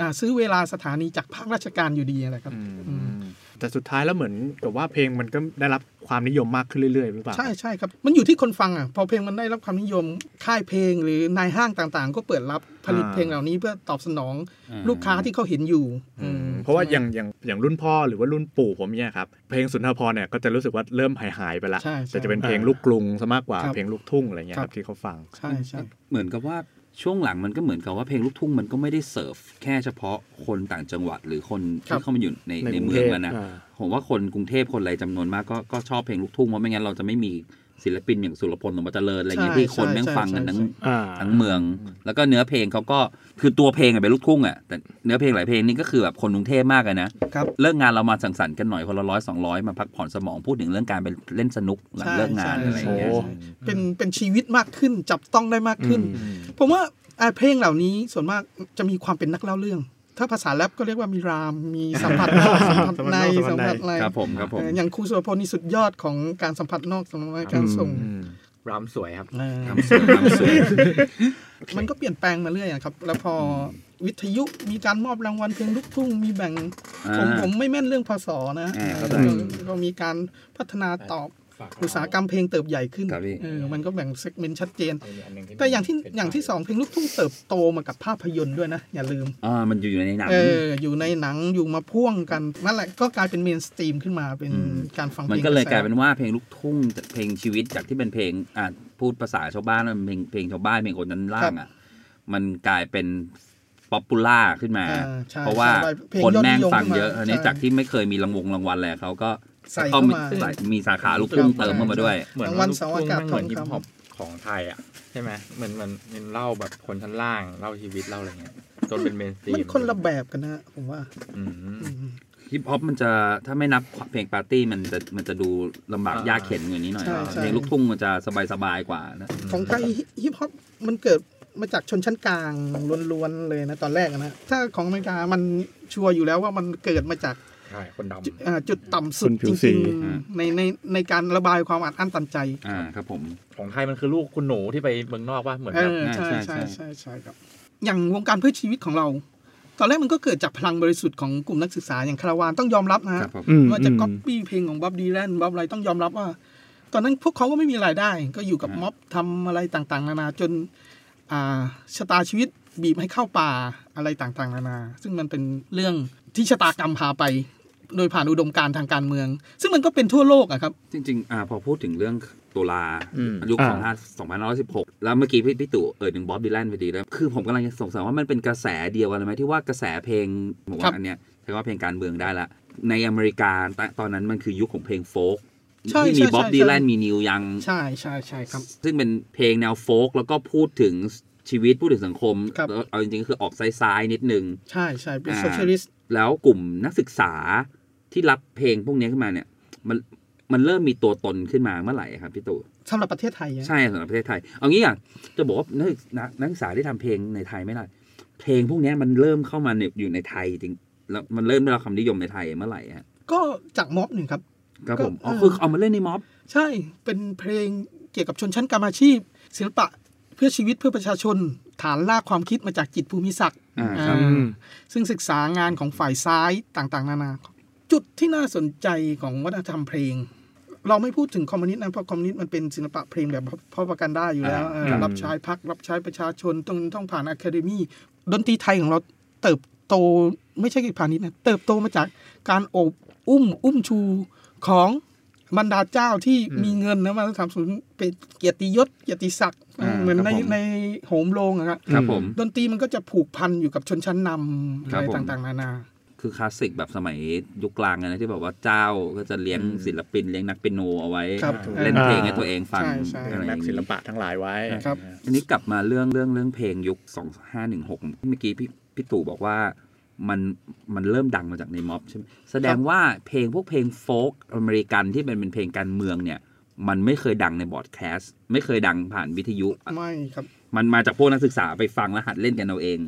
S7: อ่าซื้อเวลาสถานีจากภาคราชการอยู่ดีอะไรครับอืม
S4: แต่สุดท้ายแล้วเหมือนกับว่าเพลงมันก็ได้รับความนิยมมากขึ้นเรื่อยๆหรือเปล่า
S7: ใช่ใช่ครับ มันอยู่ที่คนฟังอ่ะ พอเพลงมันได้รับความนิยม ค่ายเพลงหรือนายห้างต่างๆ ก็เปิดรับผลิตเพลงเหล่านี้เพื่อตอบสนอง
S6: อ่า
S7: ลูกค้าที่เขาเห็นอยู่
S4: อืม
S7: อืม
S4: เพราะว่าอย่างอย่างอย่างรุ่นพ่อหรือว่ารุ่นปู่ผมเนี่ยครับเพลงสุนทรภรณ์เนี่ยก็จะรู้สึกว่าเริ่มหายหายๆไปละ
S7: ใช่ใช่
S4: แต่จะเป็นเพลงลูกกรุงซะมากกว่า
S7: ครับ
S4: เพลงลูกทุ่งอะไรเงี้ยค
S7: ครั
S4: รับบ ที่เขาฟัง
S7: ใช่ใช่
S6: เหมือนกับว่าช่วงหลังมันก็เหมือนกับว่าเพลงลูกทุ่งมันก็ไม่ได้เสิร์ฟแค่เฉพาะคนต่างจังหวัดหรือคนที่เข้ามาอยู่ในในเมืองแล้วนะ
S3: อ่า
S6: ผมว่าคนกรุงเทพคนอะไรจำนวนมากก็ก็ชอบเพลงลูกทุ่งเพราะไม่งั้นเราจะไม่มีศิลปินอย่างสุรพลสมบัติเจริญอะไรเงี้ยที่คนแม่งฟังกันทั้ง
S3: อ่า
S6: ทั้งเมือง แล้วก็เนื้อเพลงเขาก็คือตัวเพลงอะเป็นลูกทุ่งอ่ะแต่เนื้อเพลงหลายเพลงนี่ก็คือแบบคนกรุงเทพมากเลยนะครับ เลิกงานเรามาสังสรรค์กันหน่อยคนละร้อยสองร้อยมาพักผ่อนสมองพูดถึงเรื่องการไปเล่นสนุกหลัง
S7: ใช่
S6: เลิกงาน
S7: ใช่
S6: อะไรอย่างเงี้ย
S7: ใช่ใช่เป็นเป็นชีวิตมากขึ้นจับต้องได้มากขึ้น ผมว่าอ่าเพลงเหล่านี้ส่วนมากจะมีความเป็นนักเล่าเรื่อง ถ้าภาษาแรปก็เรียกว่ามีราม มีสัมผัสนอกสัมผัสใน
S3: สั
S7: สั
S3: ม
S7: ม
S3: ผั
S7: ผั
S3: ส
S7: ส
S3: ใน
S7: ใน
S6: ครับผมครับผม
S7: เอ่ออย่างครูสุรพลนี่สุดยอดของการสัมผัสนอกสัมผัสในการส่ง
S5: รำสวยครับ
S7: เอ่อ
S6: ครับสวยครับสวย
S7: มันก็เปลี่ยนแปลงมาเรื่อยอะครับ แล้วพอวิทยุมีการมอบรางวัลเพลงลูกทุ่งมีแบ่ง
S6: อ่า
S7: ผมผมไม่แม่นเรื่องพศนะ
S6: อ่าเข้าใจ
S7: เออก็มีการพัฒนาตอบอุตสาหกรรมเพลงเติบใหญ่ขึ้น
S6: ครับพี่
S7: เออมันก็แบ่งเซกเมนต์ชัดเจน แต่อย่างที่อย่างที่สองเพลงลูกทุ่งเติบโตมากับภาพยนตร์ด้วยนะ อย่าลืม
S6: อ่ามันอยู่อยู่ในหนัง
S7: เออ อยู่ในหนังอยู่มาพ่วงกัน นั่นแหละก็กลายเป็นเมนสตรีมขึ้นมาเป็นการฟังพง
S6: มันก็เลย
S7: ระแส
S6: กลายเป็นว่าเพลงลูกทุ่งจากเพลงชีวิตจากที่เป็นเพลงอ่าพูดภาษาชาวบ้านมันเป็นเพลงเพลงชาวบ้านเพลงคนนั้นล่างอ่ะมันกลายเป็นป๊อปปูล่าขึ้นมา
S7: อ่ใช่
S6: เพราะว่า
S7: ใช่เพล
S6: คนแม่ง
S7: ยดย
S6: ฟังเยอะ
S7: ขึ้
S6: อั
S7: ม
S6: นนี้
S7: ใช่
S6: จากที่ไม่เคยมีรางวงรางวัลอะไรเขาก็
S7: ใส่เข้ามา
S6: ก็มีสาขาลูกทุ่งเติมเข้ามาด้วย
S5: เหมือน
S7: รางวัลเสาร์อากาศ
S5: ลูทุ่งแม่งเหมือน
S7: ทองคำ
S5: ฮิปฮอปของไทยอ่ะ ใช่ไหมเหมือนเหมือนเหมันเล่าแบบคนชั้นล่างเล่าชีวิตเล่าอะไรเงี้ยจนเป็นเมนสตรี
S7: มันคนละแบบกันนะผมว่า
S5: อืม
S7: อืม
S6: ฮิปฮอปมันจะถ้าไม่นับเพลงปาร์ตี้มันจะมันจะดูลำบาก
S5: อ่าย
S6: ยากเข็นกว่านี้หน่อย
S7: ใช่ใช่
S6: เพลงลูกทุ่งมันจะสบายสบายๆกว่านะ
S7: ของไทยฮิปฮอปมันเกิดมาจากชนชั้นกลางล้วนๆเลยนะตอนแรกอะนะถ้าของอเมริกามันชัวร์อยู่แล้วว่ามันเกิดมาจาก
S5: ใช่คนดำ
S7: จุดอ่าจุดต่ำสุ
S3: ค
S7: ด
S3: นผิ
S7: จ
S3: วสี
S7: ริงๆในในในการระบายความอัดอั้นตันใจ
S6: อ่าครับผม
S5: ของไทยมันคือลูกคุณหนูที่ไปเมืองนอกว่าเหมือน
S7: เอ
S5: แบบ
S7: อใช่
S6: ใช่ใช่
S7: ใช่ใช่ใช่ครับ อย่างวงการเพื่อชีวิตของเรา ตอนแรกมันก็เกิดจากพลังบริสุทธิ์ของกลุ่มนักศึกษาอย่างคาราวานต้องยอมรับนะฮะ
S6: ครับผม
S3: อืม
S7: ว่าจะ
S3: อืม
S7: ก๊อปปี้เพลงของบ๊อบดีแลนบ๊อบอะไรต้องยอมรับว่า ตอนนั้นพวกเขาก็ไม่มีรายได้ ก็อยู่กับม็อบทำอะไรต่างๆ นานาจน อ่าชะตาชีวิตบีบให้เข้าป่าอะไรต่างๆ นานา ซึ่งมันเป็นเรื่องที่ชะตากรรมพาไป โดยผ่านอุดมการณ์ทางการเมือง ซึ่งมันก็เป็นทั่วโลกอะครับ
S6: จริงๆอ่าพอพูดถึงเรื่องตุลา
S5: อืม
S6: ยุคสองพันสองพันร้อยสิบหกแล้วเมื่อกี้พี่พี่ตู่เอ่ยถึงบ๊อบดีแลนพอดีแล้วคือผมกำลังจะสงสัยว่ามันเป็นกระแสเดียวกันเลยไหมที่ว่ากระแสเพลงผม
S7: ครั
S6: ว่า
S7: บ
S6: อันเนี้ยใช้ว่าเพลงการเมืองได้ละ ในอเมริกาตตอนนั้นมันคือยุคของเพลงโฟล์ก
S7: ใช่
S6: ที่มี
S7: ใช่
S6: บ๊อบ
S7: ใช่
S6: ดีแลน
S7: ใช่
S6: มีนิวยัง
S7: ใช่ใช่ใช่ครับ
S6: ซึ่งเป็นเพลงแนวโฟล์กแล้วก็พูดถึงชีวิตพูดถึงสังคม
S7: ครับ
S6: แล้วเอาจริงๆก็คือออกซ้ายๆนิดนึง
S7: ใช่ใช่เป็น
S6: อ่า
S7: โซเชียลิสต์
S6: แล้วกลุ่มนักศึกษาที่รับเพลงพวกนี้ขึ้นมาเนี่ย มันมันเริ่มมีตัวตนขึ้นมาเมื่อไหร่ครับพี่ตู่
S7: สำหรับประเทศไทยอะ
S6: ใช่สำหรับประเทศไทย เอางี้อ่ะจะบอกว่านักศึกนักนักศึกษาที่ทำเพลงในไทยไม่ได้เพลงพวกนี้มันเริ่มเข้ามาในอยู่ในไทยจริงแล้วมันเริ่มได้รับความนิยมในไทยเมื่อไหร่ฮะ
S7: ก็จากม็อบหนึ่งครับ
S6: ครับผม
S7: ก็
S6: อ๋อ
S7: เออ
S6: คือเอามาเล่นในม็อบ
S7: ใช่เป็นเพลงเกี่ยวกับชนชั้นกรรมอาชีพ ศิลปะเพื่อชีวิตเพื่อประชาชน ฐานลากความคิดมาจากจิตภูมิศักดิ์
S6: อ่า
S7: อ่า
S6: ครับ
S7: ซึ่งศึกษางานของฝ่ายซ้ายต่างๆ นานา จุดที่น่าสนใจของวัฒนธรรมเพลง เราไม่พูดถึงคอมมิวนิสต์นะ เพราะคอมมิวนิสต์มันเป็นศิลปะเพลงแบบพอประกันได้อยู่แล้ว
S6: อ่า
S7: เออรับใช้พักรับใช้ประชาชนต้องต้องผ่านอะคาเดมี่ดนตรีไทยของเราเติบโตไม่ใช่แค่พาณิชย์นะ เติบโตมาจากการโอบอุ้มอุ้มชูของบรรดาเจ้าที่มีเงินนะมาทำสูนเป็นเกียรติยศเกียรติศักดิ์เหมือนในในโหมโรงอะครับ
S6: ครับผม
S7: ดนตรีมันก็จะผูกพันอยู่กับชนชั้นนำ
S6: ครับ
S7: อะไร
S6: ผม
S7: ต่างๆ นานา
S6: คือคลาสสิกแบบสมัยยุคกลางอะนะที่แบบว่าเจ้าก็จะเลี้ยงศิลปินเลี้ยงนักเปียโนเอาไว้
S7: ครับ
S6: เล่นเพลงให้
S7: อ่า
S6: ตัวเองฟัง
S7: ใช่ใช่
S6: อะไรอ
S4: แบบ
S6: ย่าง
S4: ศิล
S6: นี้
S4: ปะทั้งหลายไว้
S7: ครับ
S6: อันนี้กลับมาเรื่องเรื่องเรื่องเพลงยุค 2516 เมื่อกี้พี่พี่ตู่บอกว่ามันมันเริ่มดังมาจากในม็อบใช่ไหมแสดงว่าเพลงพวกเพลงโฟล์กอเมริกันที่เป็นเป็นเพลงการเมืองเนี่ย มันไม่เคยดังในบอร์ดแคสต์ไม่เคยดังผ่านวิทยุ
S7: ไม่ครับ
S6: มันมาจากพวกนักศึกษาไปฟังแล้วหัดเล่นกันเอาเอง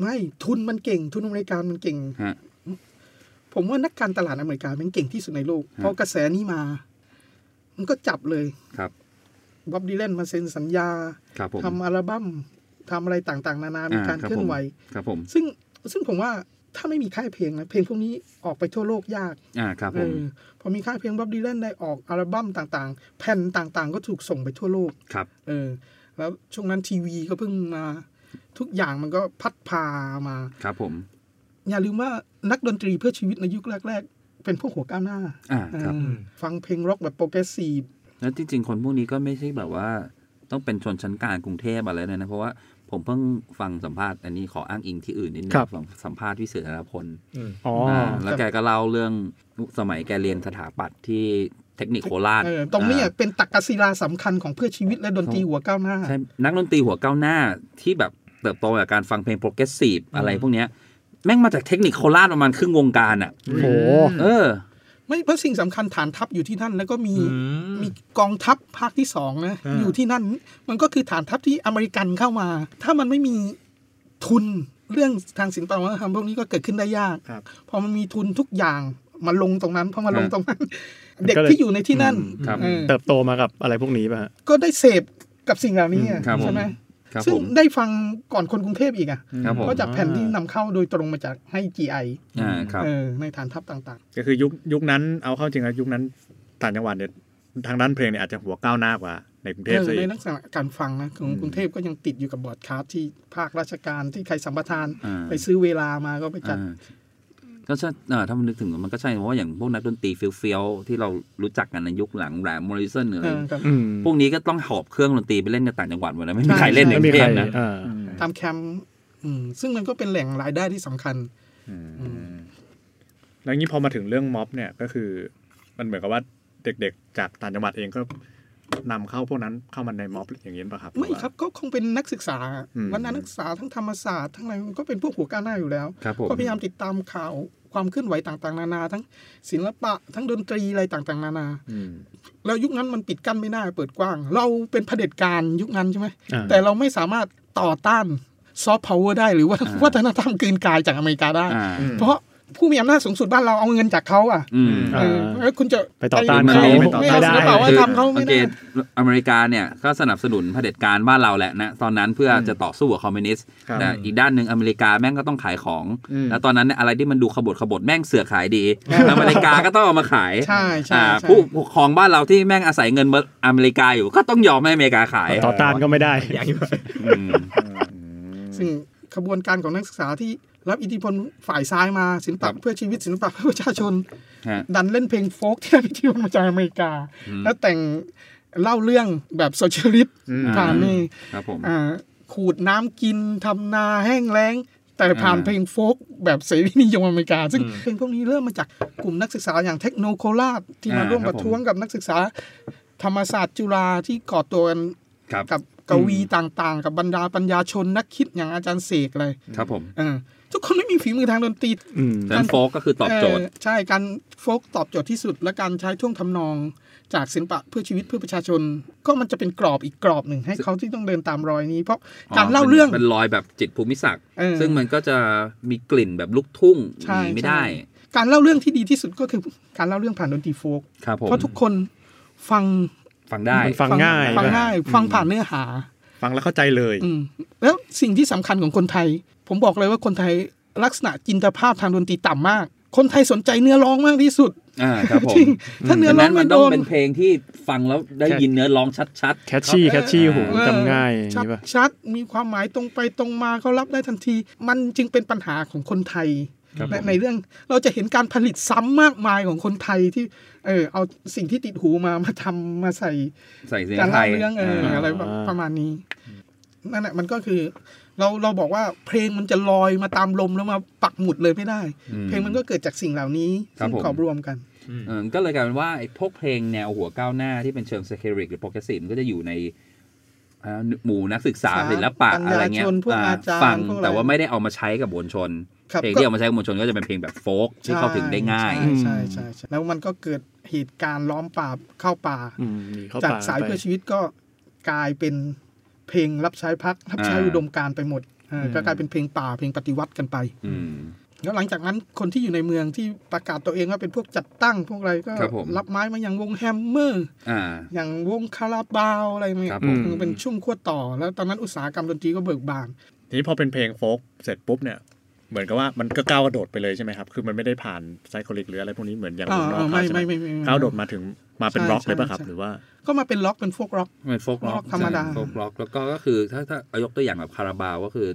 S7: ไม่ทุนมันเก่ง ทุนอเมริกันมันเก่ง
S6: ฮะ
S7: ผมว่านักการตลาดอเมริกามันเก่งที่สุดในโลก
S6: ฮะ
S7: พอกระแสนี้มา มันก็จับเลย
S6: ครับ
S7: บ๊อบดีแลนมาเซ็นสัญญา
S6: ครับผม
S7: ทำอัลบั้มทำอะไรต่างๆ นานา
S6: อ่ามี
S7: มีการ
S6: ครับ
S7: เคลื่อนไหว
S6: ครับผม
S7: ซึ่งซึ่งผมว่าถ้าไม่มีค่ายเพลงนะ เพลงพวกนี้ออกไปทั่วโลกยาก
S6: อ่าครับ
S7: เอ
S6: ผม
S7: อพอมีค่ายเพลงบ๊อบดีแลนได้ออกอัลบั้มต่างๆ แผ่นต่างๆ ก็ถูกส่งไปทั่วโลก
S6: ครับ
S7: เออแล้วช่วงนั้นทีวีก็เพิ่งมา ทุกอย่างมันก็พัดพามา
S6: ครับผม
S7: อย่าลืมว่านักดนตรีเพื่อชีวิตในยุคแรก ๆ เป็นพวกหัวก้าวหน้า
S6: อ่าครับ
S7: เออฟังเพลงร็อกแบบโปรเกรสซีฟ
S6: แล้วจริงๆ คนพวกนี้ก็ไม่ใช่แบบว่า ต้องเป็นชนชั้นกลางกรุงเทพอะไรเลยนะ เพราะว่าผมเพิ่งฟังสัมภาษณ์อันนี้ขออ้างอิงที่อื่นนิดนึง
S3: ครับ
S6: ฟังสัมภาษณ์พี่เสือธนพล
S5: อืม
S3: อ๋อ
S6: อ่าแล้วแกก็เล่าเรื่องสมัยแกเรียนสถาปัตย์ที่เทคนิคโคราช
S7: เออตรงเนี้ย
S6: อ่า
S7: เป็นตักกศิลาสำคัญของเพื่อชีวิตและดนตรีหัวก้าวหน้า
S6: ใช่นักดนตรีหัวก้าวหน้าที่แบบเติบโตจากการฟังเพลงโปรเกรสซีฟอะไรพวกเนี้ยแม่งมาจากเทคนิคโคราชประมาณครึ่งวงการอ่ะ
S3: โอ้โห
S6: เออ
S7: ไม่เพราะสิ่งสำคัญฐานทัพอยู่ที่นั่นแล้วก็มี
S5: อืม
S7: มีกองทัพภาคที่สองนะ
S5: อ่า
S7: อยู่ที่นั่นมันก็คือฐานทัพที่อเมริกันเข้ามา ถ้ามันไม่มีทุนเรื่องทางศิลปวัฒนธรรมพวกนี้ก็เกิดขึ้นได้ยาก
S4: ครับ
S7: พอมันมีทุนทุกอย่างมาลงตรงนั้นพอมาลง
S6: อ่า
S7: ตรงนั้น
S3: มัน
S7: เด็ก
S3: ก็เลย
S7: ที่อยู่ในที่นั่น
S6: ครับ
S7: เออ
S3: เติบโตมากับอะไรพวกนี้ป่ะฮะ
S7: ก็ได้เสพกับสิ่งเหล่านี้อะ
S6: ครับผม
S7: ใช่ไหม
S6: ครับ
S7: ซึ่
S6: ผ
S7: ง
S6: ม
S7: ได้ฟังก่อนคนกรุงเทพอีกอ่ะ
S6: ครับผม
S7: ก็จากแผ่นที่นำเข้าโดยตรงมาจากให้ GI
S6: อ่าครับ
S7: เออในฐานทัพต่าง
S4: ก็คือยุคยุคนั้นเอาเข้าจริงแล้วยุคนั้นต่างจังหวัดเนี่ยทางด้านเพลงเนี่ยอาจจะหัวก้าวหน้ากว่าในกรุง
S7: ๆเอ
S4: เทพ
S7: อ
S4: ซะอีก
S7: ในลักษณะการฟังนะของกรุงเทพก็ยังติดอยู่กับบอร์ดคาสต์ที่ภาคราชการที่ใครสัมปทาน
S6: อ่า
S7: ไปซื้อเวลามาก็ไปจัด
S6: อ่าก็ใช่เอ่อถ้ามันนึกถึงมันก็ใช่เพราะว่าอย่างพวกนักดนตรีเฟี้ยวๆที่เรารู้จักกันในยุคหลังแหลมมอริสันหรืออะ
S7: เอ
S6: ไร
S7: อครับ
S3: อืม
S6: พวกนี้ก็ต้องหอบเครื่องดนตรีไปเล่นกันต่างจังหวัดหมดแล้วไม่
S7: ใช่
S6: มีใครเล่นใน
S3: ไม่มี
S6: กรุงเท
S3: ใคร
S6: พนะ
S3: อ่า
S7: ตามแคมป์อืมซึ่งมันก็เป็นแหล่งรายได้ที่สำคัญ อืม
S4: แล้วนี้พอมาถึงเรื่องม็อบเนี่ยก็คือ มันเหมือนกับว่าเด็กๆ จากต่างจังหวัดเองก็ นำเข้าพวกนั้นเข้ามาในม็อบอย่างนี้ป่ะครับ
S7: ไม่ครับก็คงเป็นนักศึกษา
S4: อืม
S7: วันนั้นนักศึกษาทั้งธรรมศาสตร์ทั้งอะไรมันก็เป็นพวกหัวก้าวหน้าอยู่แล้ว
S6: ครับผม
S7: ก็พยายามติดตามข่าวความเคลื่อนไหวต่างๆ นานา ทั้งศิลปะทั้งดนตรีอะไรต่างๆ นานา
S4: อืม
S7: แล้วยุคนั้นมันปิดกั้นไม่ได้เปิดกว้าง เราเป็นเผด็จการยุคนั้นใช่ไหม
S4: อ่า
S7: แต่เราไม่สามารถต่อต้านซอฟต์พาวเวอร์ได้หรือว่า
S6: อ่า
S7: วัฒนธรรมกลืนกายจากอเมริกาได้
S6: อ่า
S4: อืม
S7: เพราะผู้มีอำนาจสูงสุดบ้านเราเอาเงินจากเขาอ่ะ
S6: อืม
S3: อ่า
S7: เออแล้วคุณจะ
S3: ไปต่อต้านเขา
S7: ไม่
S3: ไม่
S7: เอา
S3: ได้
S7: ศิลปะว่าทำเขาไม่
S6: สังเก
S7: ได้
S6: ตอเมริกาเนี่ยก็สนับสนุนเผด็จการบ้านเราแหละนะตอนนั้นเพื่อจะต่อสู้กับคอมมิวนิสต์
S4: ครับ
S6: แต่อีกด้านหนึ่งอเมริกาแม่งก็ต้องขายของ
S4: อืม
S6: แล้วตอนนั้นเนี่ยอะไรที่มันดูขบฏขบฏแม่งเสือกขายดีอเมริกาก็ต้องเอามาขาย
S7: ใช่ใช่
S6: อ่า
S7: ใช่
S6: ผู้ปกครองบ้านเราที่แม่งอาศัยเงินอเมริกาอยู่ก็ต้องยอมให้อเมริกาขาย
S3: ต่อต้านก็ไม่ได้
S5: อย่างนี้แบบ
S6: อืม
S7: ซึ่งขบวนการของนักศึกษาที่รับอิทธิพลฝ่ายซ้ายมาศิล
S6: ครั
S7: ปะ
S6: บ
S7: เพื่อชีวิตศิลปะเพื่อประชาชน
S6: ฮะ
S7: ดันเล่นเพลงโฟกที่ได้อิทธิพลมาจากอเมริกา
S6: อืม
S7: แล้วแต่งเล่าเรื่องแบบโซเชียลิสต์
S4: อืม
S7: ผ่าน
S6: อืม
S7: นี่
S6: ครับผม
S7: อ่าขูดน้ำกินทำนาแห้งแล้ง แต่ผ่าน
S6: อ่า
S7: เพลงโฟกแบบเสรีนิยมอเมริกา ซึ่งเพลงพวกนี้เริ่มมาจากกลุ่มนักศึกษาอย่างเทคโนโคลาชที่มาร่วมประท้วงกับนักศึกษา ธรรมศาสตร์จุฬาที่ก่อตัวกัน
S6: ครับ
S7: กับกวีต่างๆ กับบรรดาปัญญาชนนักคิดอย่างอาจารย์เสกเลย
S6: ครับผม
S7: เออทุกคนไม่มีฝีมือทางดนตรี
S3: อืม
S6: ดังนั้นโฟกก็คือตอบโจทย์
S7: เใช่การโฟกตอบโจทย์ที่สุด และการใช้ท่วงทำนองจากศิลปะเพื่อชีวิตเพื่อประชาชน ก็มันจะเป็นกรอบอีกกรอบหนึ่งให้เขาที่ต้องเดินตามรอยนี้ เพราะการเล่าเรื่อง
S6: ป็นรอยแบบจิตรภูมิศักดิ์
S7: เออ
S6: ซึ่งมันก็จะมีกลิ่นแบบลูกทุ่งห
S7: ใช่
S6: นีไม่ได้
S7: ใช่ การเล่าเรื่องที่ดีที่สุดก็คือการเล่าเรื่องผ่านดนตรีโฟก
S6: ครับผม
S7: เพราะทุกคนฟัง
S6: ฟังได้
S3: มันฟังง่าย
S7: ฟังง่าย ฟังผ่านเนื้อหา
S4: ฟังแล้วเข้าใจเลย
S7: อืมแล้วสิ่งที่สำคัญของคนไทย ผมบอกเลยว่าคนไทยลักษณะจินตภาพทางดนตรีต่ำมาก คนไทยสนใจเนื้อร้องมากที่สุด
S6: อ่าครับผม
S7: จริงถ้าเนื้อ
S6: ดัง
S7: ร้อ
S6: นั้
S7: ง
S6: นมั
S7: ไม่
S6: น
S7: โด
S6: ต้อง
S7: น
S6: เป็นเพลงที่ฟังแล้วได้ยินเนื้อร้องชัด
S3: แคชชี่แคชชี่หู
S7: เออ
S3: จำง่ายอย่าง
S7: ชัด
S3: นี้ป่ะ
S7: ชัดมีความหมายตรงไปตรงมาเขารับได้ทันที มันจึงเป็นปัญหาของคนไทย
S6: ครับผม
S7: และในเรื่องเราจะเห็นการผลิตซ้ำมากมายของคนไทยที่เออเอาสิ่งที่ติดหูมามาทำมาใส่
S6: ๆ ใส่เสียง
S7: การ
S6: ไท
S7: เล่าย เรื่องเอออะไรแบบ
S3: อ่า
S7: ประมาณนี้นั่นแหละมันก็คือ เราเราบอกว่าเพลงมันจะลอยมาตามลมแล้วมาปักหมุดเลยไม่ได้
S6: อื
S7: เพลงมันก็เกิดจากสิ่งเหล่านี้
S6: ครับ
S7: ซึ่ง
S6: ผม
S7: ขอบรวมกัน
S6: เออก็เลยกลายเป็นว่าไอ้พวกเพลงแนวหัวก้าวหน้าที่เป็นเชิงสเคริกหรือโปรเกรสซีฟก็จะอยู่ในอ่าหมู่นักศึกษา
S7: ครับ
S6: ศิลปะ
S7: ปัญญา
S6: อะไรเงี้ย
S7: ชนพวกอาจารย์
S6: ฟัง
S7: พวกอะไร
S6: แต่ว่าไม่ได้เอามาใช้กับมวลชน
S7: ครับ
S6: เพลง
S7: ก็
S6: ที่เอามาใช้กับมวลชนก็จะเป็นเพลงแบบโฟกที่เข้าถึงได้ง่าย
S7: ใช่ใช่ใช่ใช่แล้วมันก็เกิดเหตุการณ์ล้อมป่าเข้าป่า
S3: อืมหนีเข้า
S7: จาก
S3: ป่า
S7: สาย
S3: ไป
S7: เพื่อชีวิตก็กลายเป็นเพลงรับใช้พักรับใช้
S6: อ่า
S7: อุดมการณ์ไปหมดเออก็กลายเป็นเพลงป่าเพลงปฏิวัติกันไป
S6: อืม
S7: แล้วหลังจากนั้นคนที่อยู่ในเมืองที่ประกาศตัวเองว่าเป็นพวกจัดตั้งพวกอะไรก็
S6: ครับผม
S7: รับไม้มาอย่างวงแฮมเมอร์
S6: อ่า
S7: อย่างวงคาราบาวอะไรเนี่ย
S6: ครับ
S3: ผม
S7: มันเป็นชุ่มขั้วต่อ แล้วตอนนั้นอุตสาหกรรมดนตรีก็เบิกบาน
S4: ทีนี้พอเป็นเพลงโฟกเสร็จปุ๊บเนี่ย เหมือนกับว่ามันก็ก้าวกระโดดไปเลยใช่ไหมครับ คือมันไม่ได้ผ่านไซโคลิกหรืออะไรพวกนี้เหมือนอย่าง
S7: อ่า
S4: เมืองนอก
S7: อ่า
S4: เขาใช่ไหม
S7: ไม่ไม่ไม่ไม่
S4: ก้าวกระโดดมาถึงมาเป็น
S7: ใช่
S4: ร็อกเลยป่ะค
S7: ใช่
S4: รับ
S7: ใช่
S4: หรือว่า
S7: ก็มาเป็นล็อกเป็นโฟกล็อก
S6: เป็นโฟกล็อก
S7: ธรรมดา
S6: โฟกล็อกแล้วก็ก็คือถ้าถ้าเอายกตัวอย่างแบบคาราบาวก็คือ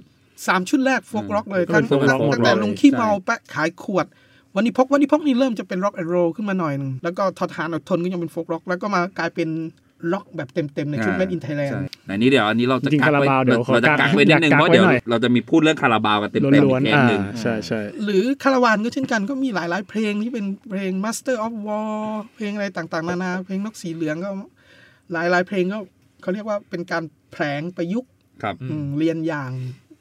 S7: สามชุดแรกโฟกล็อกเลย
S3: ก็เป็
S7: ตั้ง
S3: น folk
S7: ตั้
S3: rock
S7: ง
S3: หมด
S7: ตั้งแต่
S3: เลย
S7: ลงขี้
S6: ใช่
S7: เมาแปะขายขวด วันนี้พกวันนี้พกนี่เริ่มจะเป็นล็อกแอนด์โรขึ้นมาหน่อยหนึ่งแล้วก็ทอทหารอดทนก็ยังเป็นโฟกล็อก แล้วก็มากลายเป็นล็อกแบบเต็มๆในชุด
S6: อ่า
S7: แมดอินไทยแลน
S6: ใช่
S7: ด์
S6: อันนี้เดี๋ยวอันนี้เราจะ
S3: จริง
S6: กัก
S3: คา
S6: ไว้
S3: ราบาวเดี๋ยวขอ
S6: เราจะกักไว้นิดนึง
S3: กัก
S6: เพ
S3: ไว้
S6: ราะเดี๋ยว
S3: หน่อย
S6: เราจะมีพูดเรื่องคาราบาวกันเต็มๆ
S3: ล้
S6: อี
S3: วน
S6: กเท
S3: ๆ
S6: ป
S3: อ่า
S6: หนึ่ง
S3: ใช่ใช่
S7: หรือคาราวานก็เช่นกันก็มีหลายๆ เพลงที่เป็นเพลง Master of War เพลงอะไรต่างๆนานาเพลงนกสีเหลืองก็ หลายๆ เพลงก็เขาเรียกว่าเป็นการแผลงประยุกต์
S6: ครับ
S7: อืมเรียนอย่าง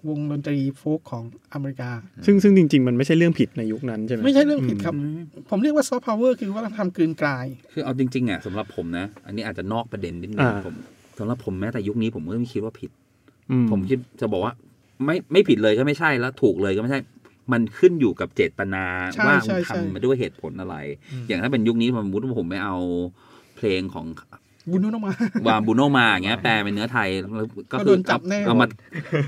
S7: วงดนตรีโฟกของอเมริกา
S3: ซึ่งซึ่งจริง ๆ มันไม่ใช่เรื่องผิดในยุคนั้นใช่ไหม
S7: ไม่ใช่เรื่องผิดครับ ผมเรียกว่าซอฟต์พาวเวอร์คือวัฒนธรรมกลืนกลาย
S6: คือเอาจริงๆอ่ะสำหรับผมนะ อันนี้อาจจะนอกประเด็นนิดนึง
S3: อ่า
S6: ผมสำหรับผมแม้แต่ยุคนี้ผมก็ไม่คิดว่าผิด
S3: อื
S6: ผมคิดจะบอกว่า ไม่ไม่ผิดเลยก็ไม่ใช่แล้วถูกเลยก็ไม่ใช่ มันขึ้นอยู่กับเจตนา
S7: ใช่
S6: ว่า
S7: ใช่
S6: คุณ
S7: ใช่
S6: ทำมาด้วยเหตุผลอะไร อย่างถ้าเป็นยุคนี้สมมติว่าผมไม่เอาเพลงของ
S7: บุญนุ่นออกมา
S6: วางบูโนมาอย่างเงี้ยแปลเป็นเนื้อไทยแล้วก็
S7: ก็
S6: คื
S7: โด
S6: อน
S7: จับแน่
S6: เอามา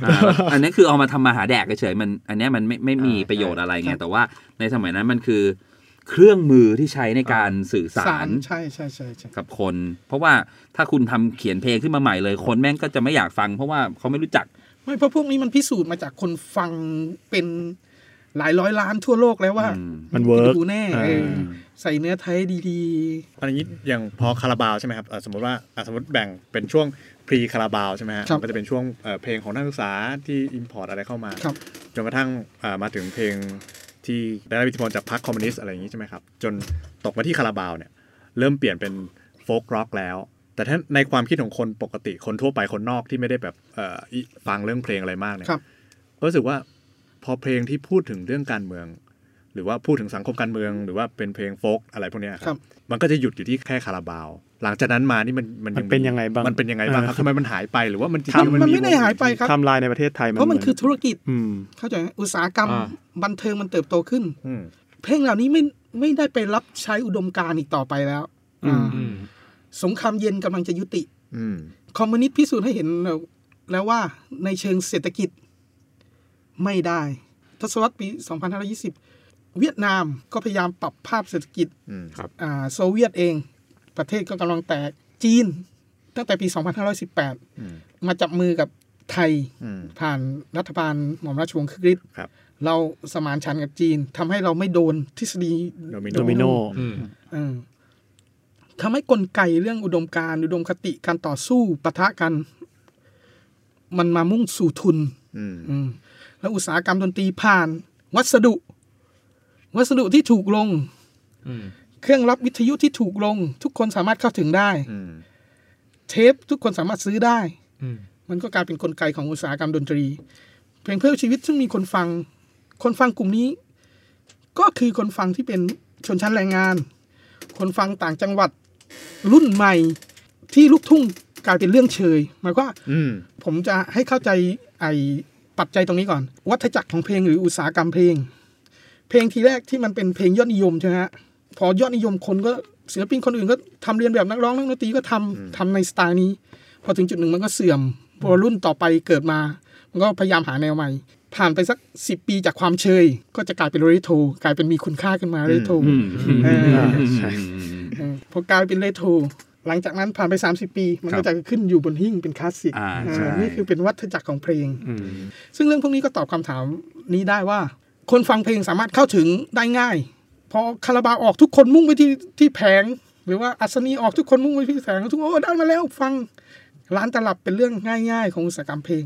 S6: อ่าอันนี้คือเอามาทำมาหาแดกเฉยๆมัน อันเนี้ยมันไม่ไม่มีประโยชน์อะไรไงแต่ว่าในสมัยนั้นมันคือ เครื่องมือที่ใช้ในการสื่อสาร
S7: ใช่ใช่ใช่ใช่
S6: กับคน เพราะว่าถ้าคุณทำเขียนเพลงขึ้นมาใหม่เลยคนแม่งก็จะไม่อยากฟัง เพราะว่าเขาไม่รู้จัก
S7: ไม่เพราะพวกนี้มันพิสูจน์มาจากคนฟังเป็นหลายร้อยล้านทั่วโลกแล้วว่า
S6: อืม
S3: มันเวิร์ก
S7: ดูแน่เออใส่เนื้อไทยดี
S4: อันนี้อย่างพอคาราบาวใช่ไหมครับเอ่อสมมติว่าอ่ะสมมติแบ่งเป็นช่วงพรีคาราบาวใช่ไหมฮะมันก็จะเป็นช่วงเอ่อเพลงของนักศึกษาที่อินพอร์ตอะไรเข้ามา
S7: ๆครับ
S4: จนกระทั่งอ่ามาถึงเพลงที่ได้รับอิทธิพลจากพรรคคอมมิวนิสต์อะไรอย่างนี้ใช่ไหมครับ จนตกมาที่คาราบาวเนี่ย เริ่มเปลี่ยนเป็นโฟล์กร็อกแล้ว แต่ถ้าในความคิดของคนปกติคนทั่วไปคนนอกที่ไม่ได้แบบเอ่ออิฟังเรื่องเพลงอะไรมากเนี่ย
S7: ครับ
S4: ก็รู้สึกว่าพอเพลงที่พูดถึงเรื่องการเมือง หรือว่าพูดถึงสังคมการเมือง หรือว่าเป็นเพลงโฟล์กอะไรพวกเนี้ยค
S7: ครั
S4: รับ
S7: บ
S4: มันก็จะหยุดอยู่ที่แค่คาราบาว หลังจากนั้นมานี่มันมัน
S3: มันเป็นยังไงบ้าง
S4: มันเป็นยังไงบ้างครับ
S3: เออ
S4: ทำไมมันหายไปหรือว่ามันจริงๆ
S7: มันไม่ได้
S4: วง
S7: หายไปครับ
S3: ไทำลายในประเทศไทยมัน
S7: เพราะมันคือธุรกิจ
S3: อืม
S7: เข้าใจไหมอุตสาหกรรม
S5: อ่า
S7: บันเทิงมันเติบโตขึ้น
S4: อืม
S7: เพลงเหล่านี้ไม่ไม่ได้ไปรับใช้อุดมการณ์อีกต่อไปแล้ว
S3: อืม
S7: อ่าสงครามเย็นกำลังจะยุติ
S4: อืม
S7: คอมมิวนิสต์พิสูจน์ให้เห็นแล้วว่าในเชิงเศรษฐกิจไม่ได้ ทศวรรษปี 2520 เวียดนามก็พยายามปรับภาพเศรษฐกิจ
S4: อืม
S7: อ่าโซเวียตเอง ประเทศก็กำลังแตกจีน ตั้งแต่ปี
S4: อืม
S7: 2518 มาจับมือกับไทย
S4: อืม
S7: ผ่านรัฐบาลหม่อมราชวงศ์คึกฤทธิ์
S4: ครับ
S7: เราสมานฉันท์กับจีนทำให้เราไม่โดนทฤษฎี
S4: โด
S3: โดมิโน
S5: อืม
S7: เออทำให้กลไกเรื่องอุดมการณ์อุดมคติการต่อสู้ปะทะกัน มันมามุ่งสู่ทุน
S4: อืม
S7: อืม แล้วอุตสาหกรรมดนตรีผ่าน วัสดุ วัสดุที่ถูกลง
S5: อืม
S7: เครื่องรับวิทยุที่ถูกลง ทุกคนสามารถเข้าถึงได้
S4: อืม
S7: เทปทุกคนสามารถซื้อได้
S5: อืม
S7: มันก็กลายเป็นกลไกของอุตสาหกรรมดนตรี เพลงเพื่อชีวิตซึ่งมีคนฟัง คนฟังกลุ่มนี้ ก็คือคนฟังที่เป็นชนชั้นแรงงาน คนฟังต่างจังหวัดรุ่นใหม่ที่ลูกทุ่งกลายเป็นเรื่องเชยหมายความว่า
S4: อืม
S7: ผมจะให้เข้าใจไอ้ปัจจัยตรงนี้ก่อน วัฏจักรของเพลงหรืออุตสาหกรรมเพลง เพลงทีแรกที่มันเป็นเพลงยอดนิยมใช่ไหมฮะพอยอดนิยมคนก็ศิลปินคนอื่นก็ทำเรียนแบบนักร้องนักดนตรีก็ทำทำในสไตล์นี้ พอถึงจุดหนึ่งมันก็เสื่อมพอรุ่นต่อไปเกิดมา มันก็พยายามหาแนวใหม่ ผ่านไปสักสิปีจากความเชย ก็จะกลายเป็นเรโทรกลายเป็นมีคุณค่าขึ้นมาเรโทร
S6: อืม
S7: เออ
S3: อ่าใช่
S7: เออพอกลายเป็นเรโทรหลังจากนั้นผ่านไป 30 ปี มันก็จะขึ้นอยู่บนหิ้งเป็นคลาสสิก
S6: อ่า
S7: เออ
S6: ใช่
S7: นี่คือเป็นวัฏจักรของเพลง
S3: อืม
S7: ซึ่งเรื่องพวกนี้ก็ตอบคำถามนี้ได้ว่า คนฟังเพลงสามารถเข้าถึงได้ง่าย พอคาราบาวออกทุกคนมุ่งไปที่ที่แผง หรือว่าอัศนีออกทุกคนมุ่งไปที่แผงทุกคนโอ้ได้มาแล้วฟังร้านตลับเป็นเรื่องง่ายๆ ของอุตสาหกรรมเพลง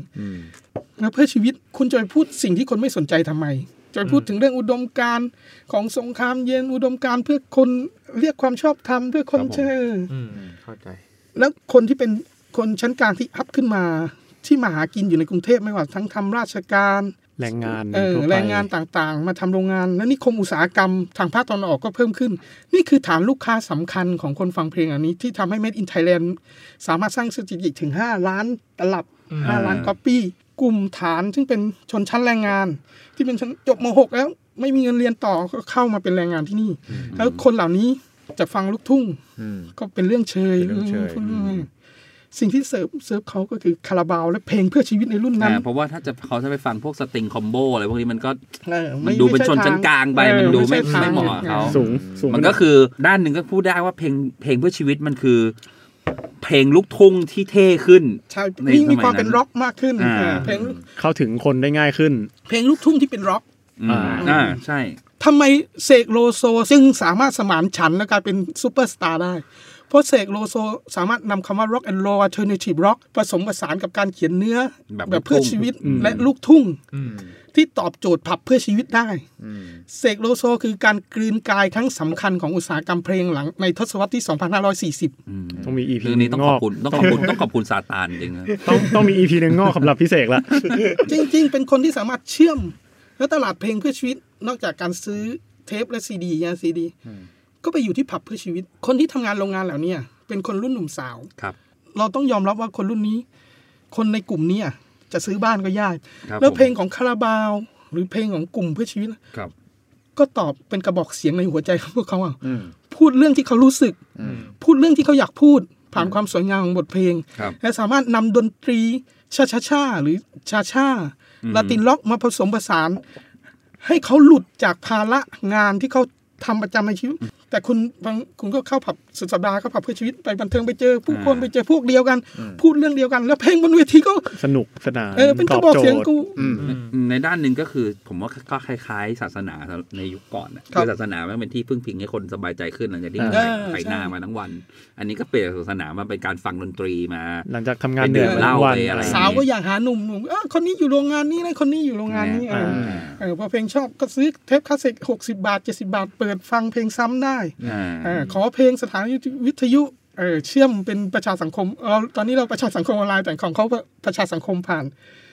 S7: แล้วเพื่อชีวิตคุณจะไปพูดสิ่งที่คนไม่สนใจทำไม จะไปพูดถึงเรื่องอุดมการณ์ของสงครามเย็นอุดมการณ์เพื่อคนเรียกความชอบธรรมเพื่อคน
S6: ครับผม
S7: เชื่อ
S5: อืม เข้าใจ
S7: แล้วคนที่เป็นคนชั้นกลางที่อัพขึ้นมาที่มาหากินอยู่ในกรุงเทพไม่ว่าทั้งทำราชการ
S3: แรงงาน
S7: เออ
S3: ทั่วไป
S7: แรงงานต่างๆ มาทำโรงงาน และนิคมอุตสาหกรรมทางภาคตะวันออกก็เพิ่มขึ้น นี่คือฐานลูกค้าสำคัญของคนฟังเพลงอันนี้ที่ทำให้ Made in Thailand สามารถสร้างสถิติถึง 5 ล้านตลับ 5 ล้านก๊อปปี้กลุ่มฐานซึ่งเป็นชนชั้นแรงงาน ที่เป็นชั้นจบม .6 แล้วไม่มีเงินเรียนต่อก็เข้ามาเป็นแรงงานที่นี่ แล้วคนเหล่านี้จะฟังลูกทุ่ง
S4: อืม
S7: ก็เป็นเรื่องเชย
S4: เป็นเรื่องเชย
S7: พูดง่ายๆสิ่งที่เสิร์ฟเสิร์ฟเขาก็คือคาราบาวและเพลงเพื่อชีวิตในรุ่นนั้น
S6: อ่าเพราะว่าถ้าจะเขาจะไปฟังพวกสตริงคอมโบอะไรพวกนี้มันก็
S7: เออ
S6: มัน
S7: ไไ
S6: ดูเป็น
S7: ใ
S6: ชนชั้นกลางไป
S7: เออ
S6: มันดูไม่
S7: ใช่ทง
S6: ไม่เหมาะกับเขา
S3: สูงสูง
S6: มันก็คือด้านหนึ่งก็พูดได้ว่าเพลงเพลงเพื่อชีวิตมันคือ เพลงลูกทุ่งที่เท่ขึ้น
S7: ใช่
S6: ในสมัย
S7: มีมีความเป็น
S6: นั้น
S7: ร็อกมากขึ้น
S6: อ่า
S7: เออเพลง
S3: เข้าถึงคนได้ง่ายขึ้น
S7: เพลงลูกทุ่งที่เป็นร็อก
S6: อืม
S3: อ่า
S6: อ่าใช่
S7: ทำไมเสกโลโซซึ่งสามารถสมานฉันท์และกลายเป็นซูเปอร์สตาร์ได้ เพราะเสกโลโซสามารถนำคำว่าร็อกแอนด์โรอัลเทอร์เนทีฟร็อกผสมผสานกับการเขียนเนื้อแบบเพื่อชีวิตและลูกทุ่ง
S5: อืม
S7: ที่ตอบโจทย์ผับเพื่อชีวิตได้ เสกโลโซคือการกลืนกายครั้งสำคัญของอุตสาหกรรมเพลงหลังในทศวรรษที่ 2540
S6: อืม
S3: ต้องมีอีพี
S6: เรื่องนี้ต้องขอบคุณต้องขอบคุณ
S3: ต้
S6: ต้
S3: อ
S6: อง งขอบคุณซาตานจริงๆนะ
S3: ต้องต้องมีอีพีหนึ่งงอกสำหรับพิเศษละ
S7: จริง ๆ เป็นคนที่สามารถเชื่อม และตลาดเพลงเพื่อชีวิต นอกจากการซื้อเทปและซีดียาซีดี ก็ไปอยู่ที่ผับเพื่อชีวิต คนที่ทำงานโรงงานเหล่าเนี้เป็นคนรุ่นหนุ่มสาว
S6: ครับ
S7: เราต้องยอมรับว่าคนรุ่นนี้ คนในกลุ่มเนี้จะซื้อบ้านก็ยาก
S6: ครับ
S7: แล้ว
S6: ผม
S7: เพลงของคาราบาว หรือเพลงของกลุ่มเพื่อชีวิต
S6: ครับ
S7: ก็ตอบเป็นกระบอกเสียงในหัวใจของพวกเขาอ่ะ
S4: อืม
S7: พูดเรื่องที่เขารู้สึก
S4: อืม
S7: พูดเรื่องที่เขาอยากพูด ผ่านความสวยงามของบทเพลง
S6: ครับ
S7: และสามารถนำดนตรีชาชาชาหรือชาชาลาตินล็อกมาผสมผสาน ให้เขาหลุดจากภาระงานที่เขาทำประจำในชีวิต แต่คุณบางคุณก็เข้าผับสุดสัปดาห์เข้าผับเพื่อชีวิตไปบันเทิงไปเจอ ผู้คนไปเจอพวกเดียวกัน พูดเรื่องเดียวกัน แล้วเพลงบนเวทีก็
S3: สนุกสนาน
S7: เออเป็นกระบอกเสียงกู
S6: ในด้านหนึ่งก็คือผมว่าก็คล้ายๆ ศาสนาในยุคก่อนน่ะ
S7: ครับ
S6: คือศาสนามันเป็นที่พึ่งพิงให้คนสบายใจขึ้นหลังจากที่
S7: เออ
S6: ไป
S7: ใช่
S6: หน้ามาทั้งวัน อันนี้ก็เปลี่ยนศาสนามาเป็นการฟังดนตรีมา
S3: หลังจากทำงานเหนื่อย
S6: ไป
S3: มา
S6: ดื่เหล้า
S3: ทั้งวัน
S6: ไปอะไร
S7: สาวก็อยากหาหนุ่มหนุ่มเออคนนี้อยู่โรงงานนี้นะคนนี้อยู่โรงงานนี้เออ
S3: อ่า
S7: เออพอเพลงชอบก็ซื้อเทปคาสเซ็ตหกสิบาทเจ็ดสิบาท เปิดฟังเพลงซ้ำได้
S6: อ่า
S7: เออขอเพลงสถานวิทยุ เออเชื่อมเป็นประชาสังคมเราตอนนี้เราประชาสังคมออนไลน์แต่ของเขาประชาสังคมผ่าน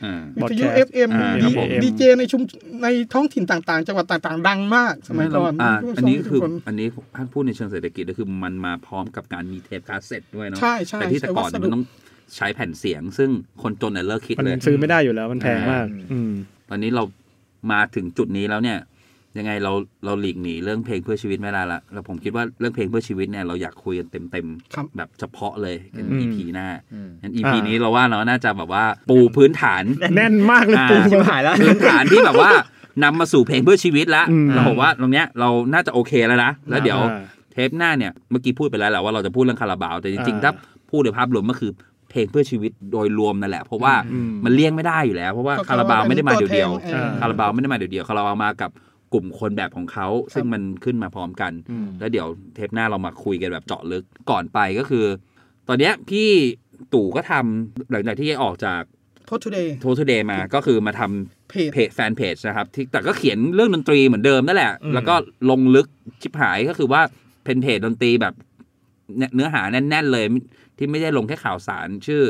S6: อ่า
S7: วิทยุ
S3: Broadcast
S7: FM
S6: อ่า
S7: ดี
S3: AM
S7: ดีเจในชุมในท้องถิ่นต่างๆ จังหวัดต่างๆ ดังมาก สมัยก่อน
S6: อ่าอันนี้คือ
S7: ทุกน
S6: อันนี้ท่านพูดในเชิงเศรษฐกิจก็คือมันมาพร้อมกับการมีเทปคาสเซ็ตด้วยเนาะ
S7: ใช่ใช่
S6: แต่ที่แต่
S7: ใช้
S6: ก่
S7: วั
S6: อน
S7: ส
S6: เนี่ย
S7: ดุ
S6: มันต้องใช้แผ่นเสียง ซึ่งคนจนเนี่ยเลิกคิด
S3: มัน
S6: เลย
S3: ซื้อไม่ได้อยู่แล้วมันแพงมาก
S6: อ่า
S3: อืม
S6: ตอนนี้เรามาถึงจุดนี้แล้วเนี่ย ยังไงเราเราหลีกหนีเรื่องเพลงเพื่อชีวิตไม่ได้ละแล้วผมคิดว่าเรื่องเพลงเพื่อชีวิตเนี่ยเราอยากคุยกันเต็ม
S7: ครับ
S6: ๆแบบเฉพาะเลยกัน
S3: อืม
S6: EP หน้า
S5: อืม
S6: งั้น EP
S3: อ่า
S6: นี้เราว่าเราน่าจะแบบว่าปูพื้นฐาน
S3: แน่นมากเลย
S6: อ่า
S3: ปู
S5: ชิบหายแล้ว
S6: พื้นฐานที่แบบว่านำมาสู่เพลงเพื่อชีวิตละ
S3: อืม
S6: เราบอกว่าตรงเนี้ยเราน่าจะโอเคแล้วนะแล้วเดี๋ยว
S3: อ่า
S6: เทปหน้าเนี่ยเมื่อกี้พูดไปแล้วแหละว่าเราจะพูดเรื่องคาราบาว แต่จริงๆ
S3: อ่า
S6: ถ้าพูดในภาพรวมก็คือเพลงเพื่อชีวิตโดยรวมนั่นแหละ เพราะว่า
S3: อืม
S6: มันเลี่ยงไม่ได้อยู่แล้ว เพราะว่าคาราบาวไม่ได้มาเดียว
S7: ออ
S6: ๆคาราบาวไม่ได้มาเดียวๆคาราบาวมากับกลุ่มคนแบบของเขา ซึ่งมันขึ้นมาพร้อมกัน แล้วเดี๋ยวเทปหน้าเรามาคุยกันแบบเจาะลึกก่อนไปก็คือ ตอนเนี้ยพี่ตู่ก็ทำหลังจากที่ออกจาก
S7: Post Today
S6: โทสเดย์มาก็คือมาทำ
S7: เพจ
S6: เพจแฟนเพจนะครับที่แต่ก็เขียนเรื่องดนตรีเหมือนเดิมนั่นแหละ แล้วก็ลงลึกชิบหายก็คือว่าเป็นเพจดนตรีแบบเนเนื้อหาแน่น ๆ เลย ที่ไม่ได้ลงแค่ข่าวสารชื่อ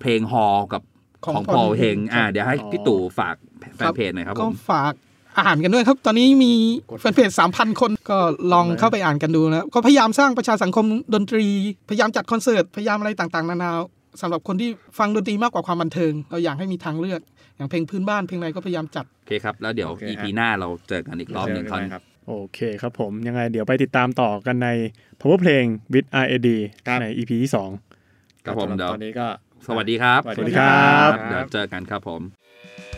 S6: เพลงฮอลกับ
S7: ของ
S6: ของพ
S7: Paul
S6: อลเฮง
S7: Heng
S6: อ่าเดี๋ยวให้
S3: อ๋อ
S6: พี่ตู่ฝากแฟ
S7: ครั
S6: น
S7: บ
S6: เพจหน่อยครับผ
S7: ก็
S6: ม
S7: ฝากอาหารกันด้วยครับ ตอนนี้มี
S5: กด
S7: แฟนเพจสามพันคนก็ลองเข้าไปอ่านกันดูนะก็พยายามสร้างประชาสังคมดนตรี พยายามจัดคอนเสิร์ต พยายามอะไรต่างๆ นานาสำหรับคนที่ฟังดนตรีมากกว่าความบันเทิง เราอยากให้มีทางเลือก อย่างเพลงพื้นบ้านเพลงอะไรก็พยายามจัด
S6: โอเคครับ แล้วเดี๋ยว
S5: โอเค
S6: EP หน้าเราเจอกันอีกรอบหนึ่งคอน
S5: ครับ
S3: โอเคครับผมยังไงเดี๋ยวไปติดตามต่อกันใน power เพลง with RAD
S4: ครับ
S3: ใน EP ที่ 2
S6: ครับผมเดี๋ยว
S4: ตอนนี้ก็
S6: สวัสดีครับ
S4: สวัสดี
S3: ครับ
S6: เดี๋ยวเจอกันครับผม
S5: ค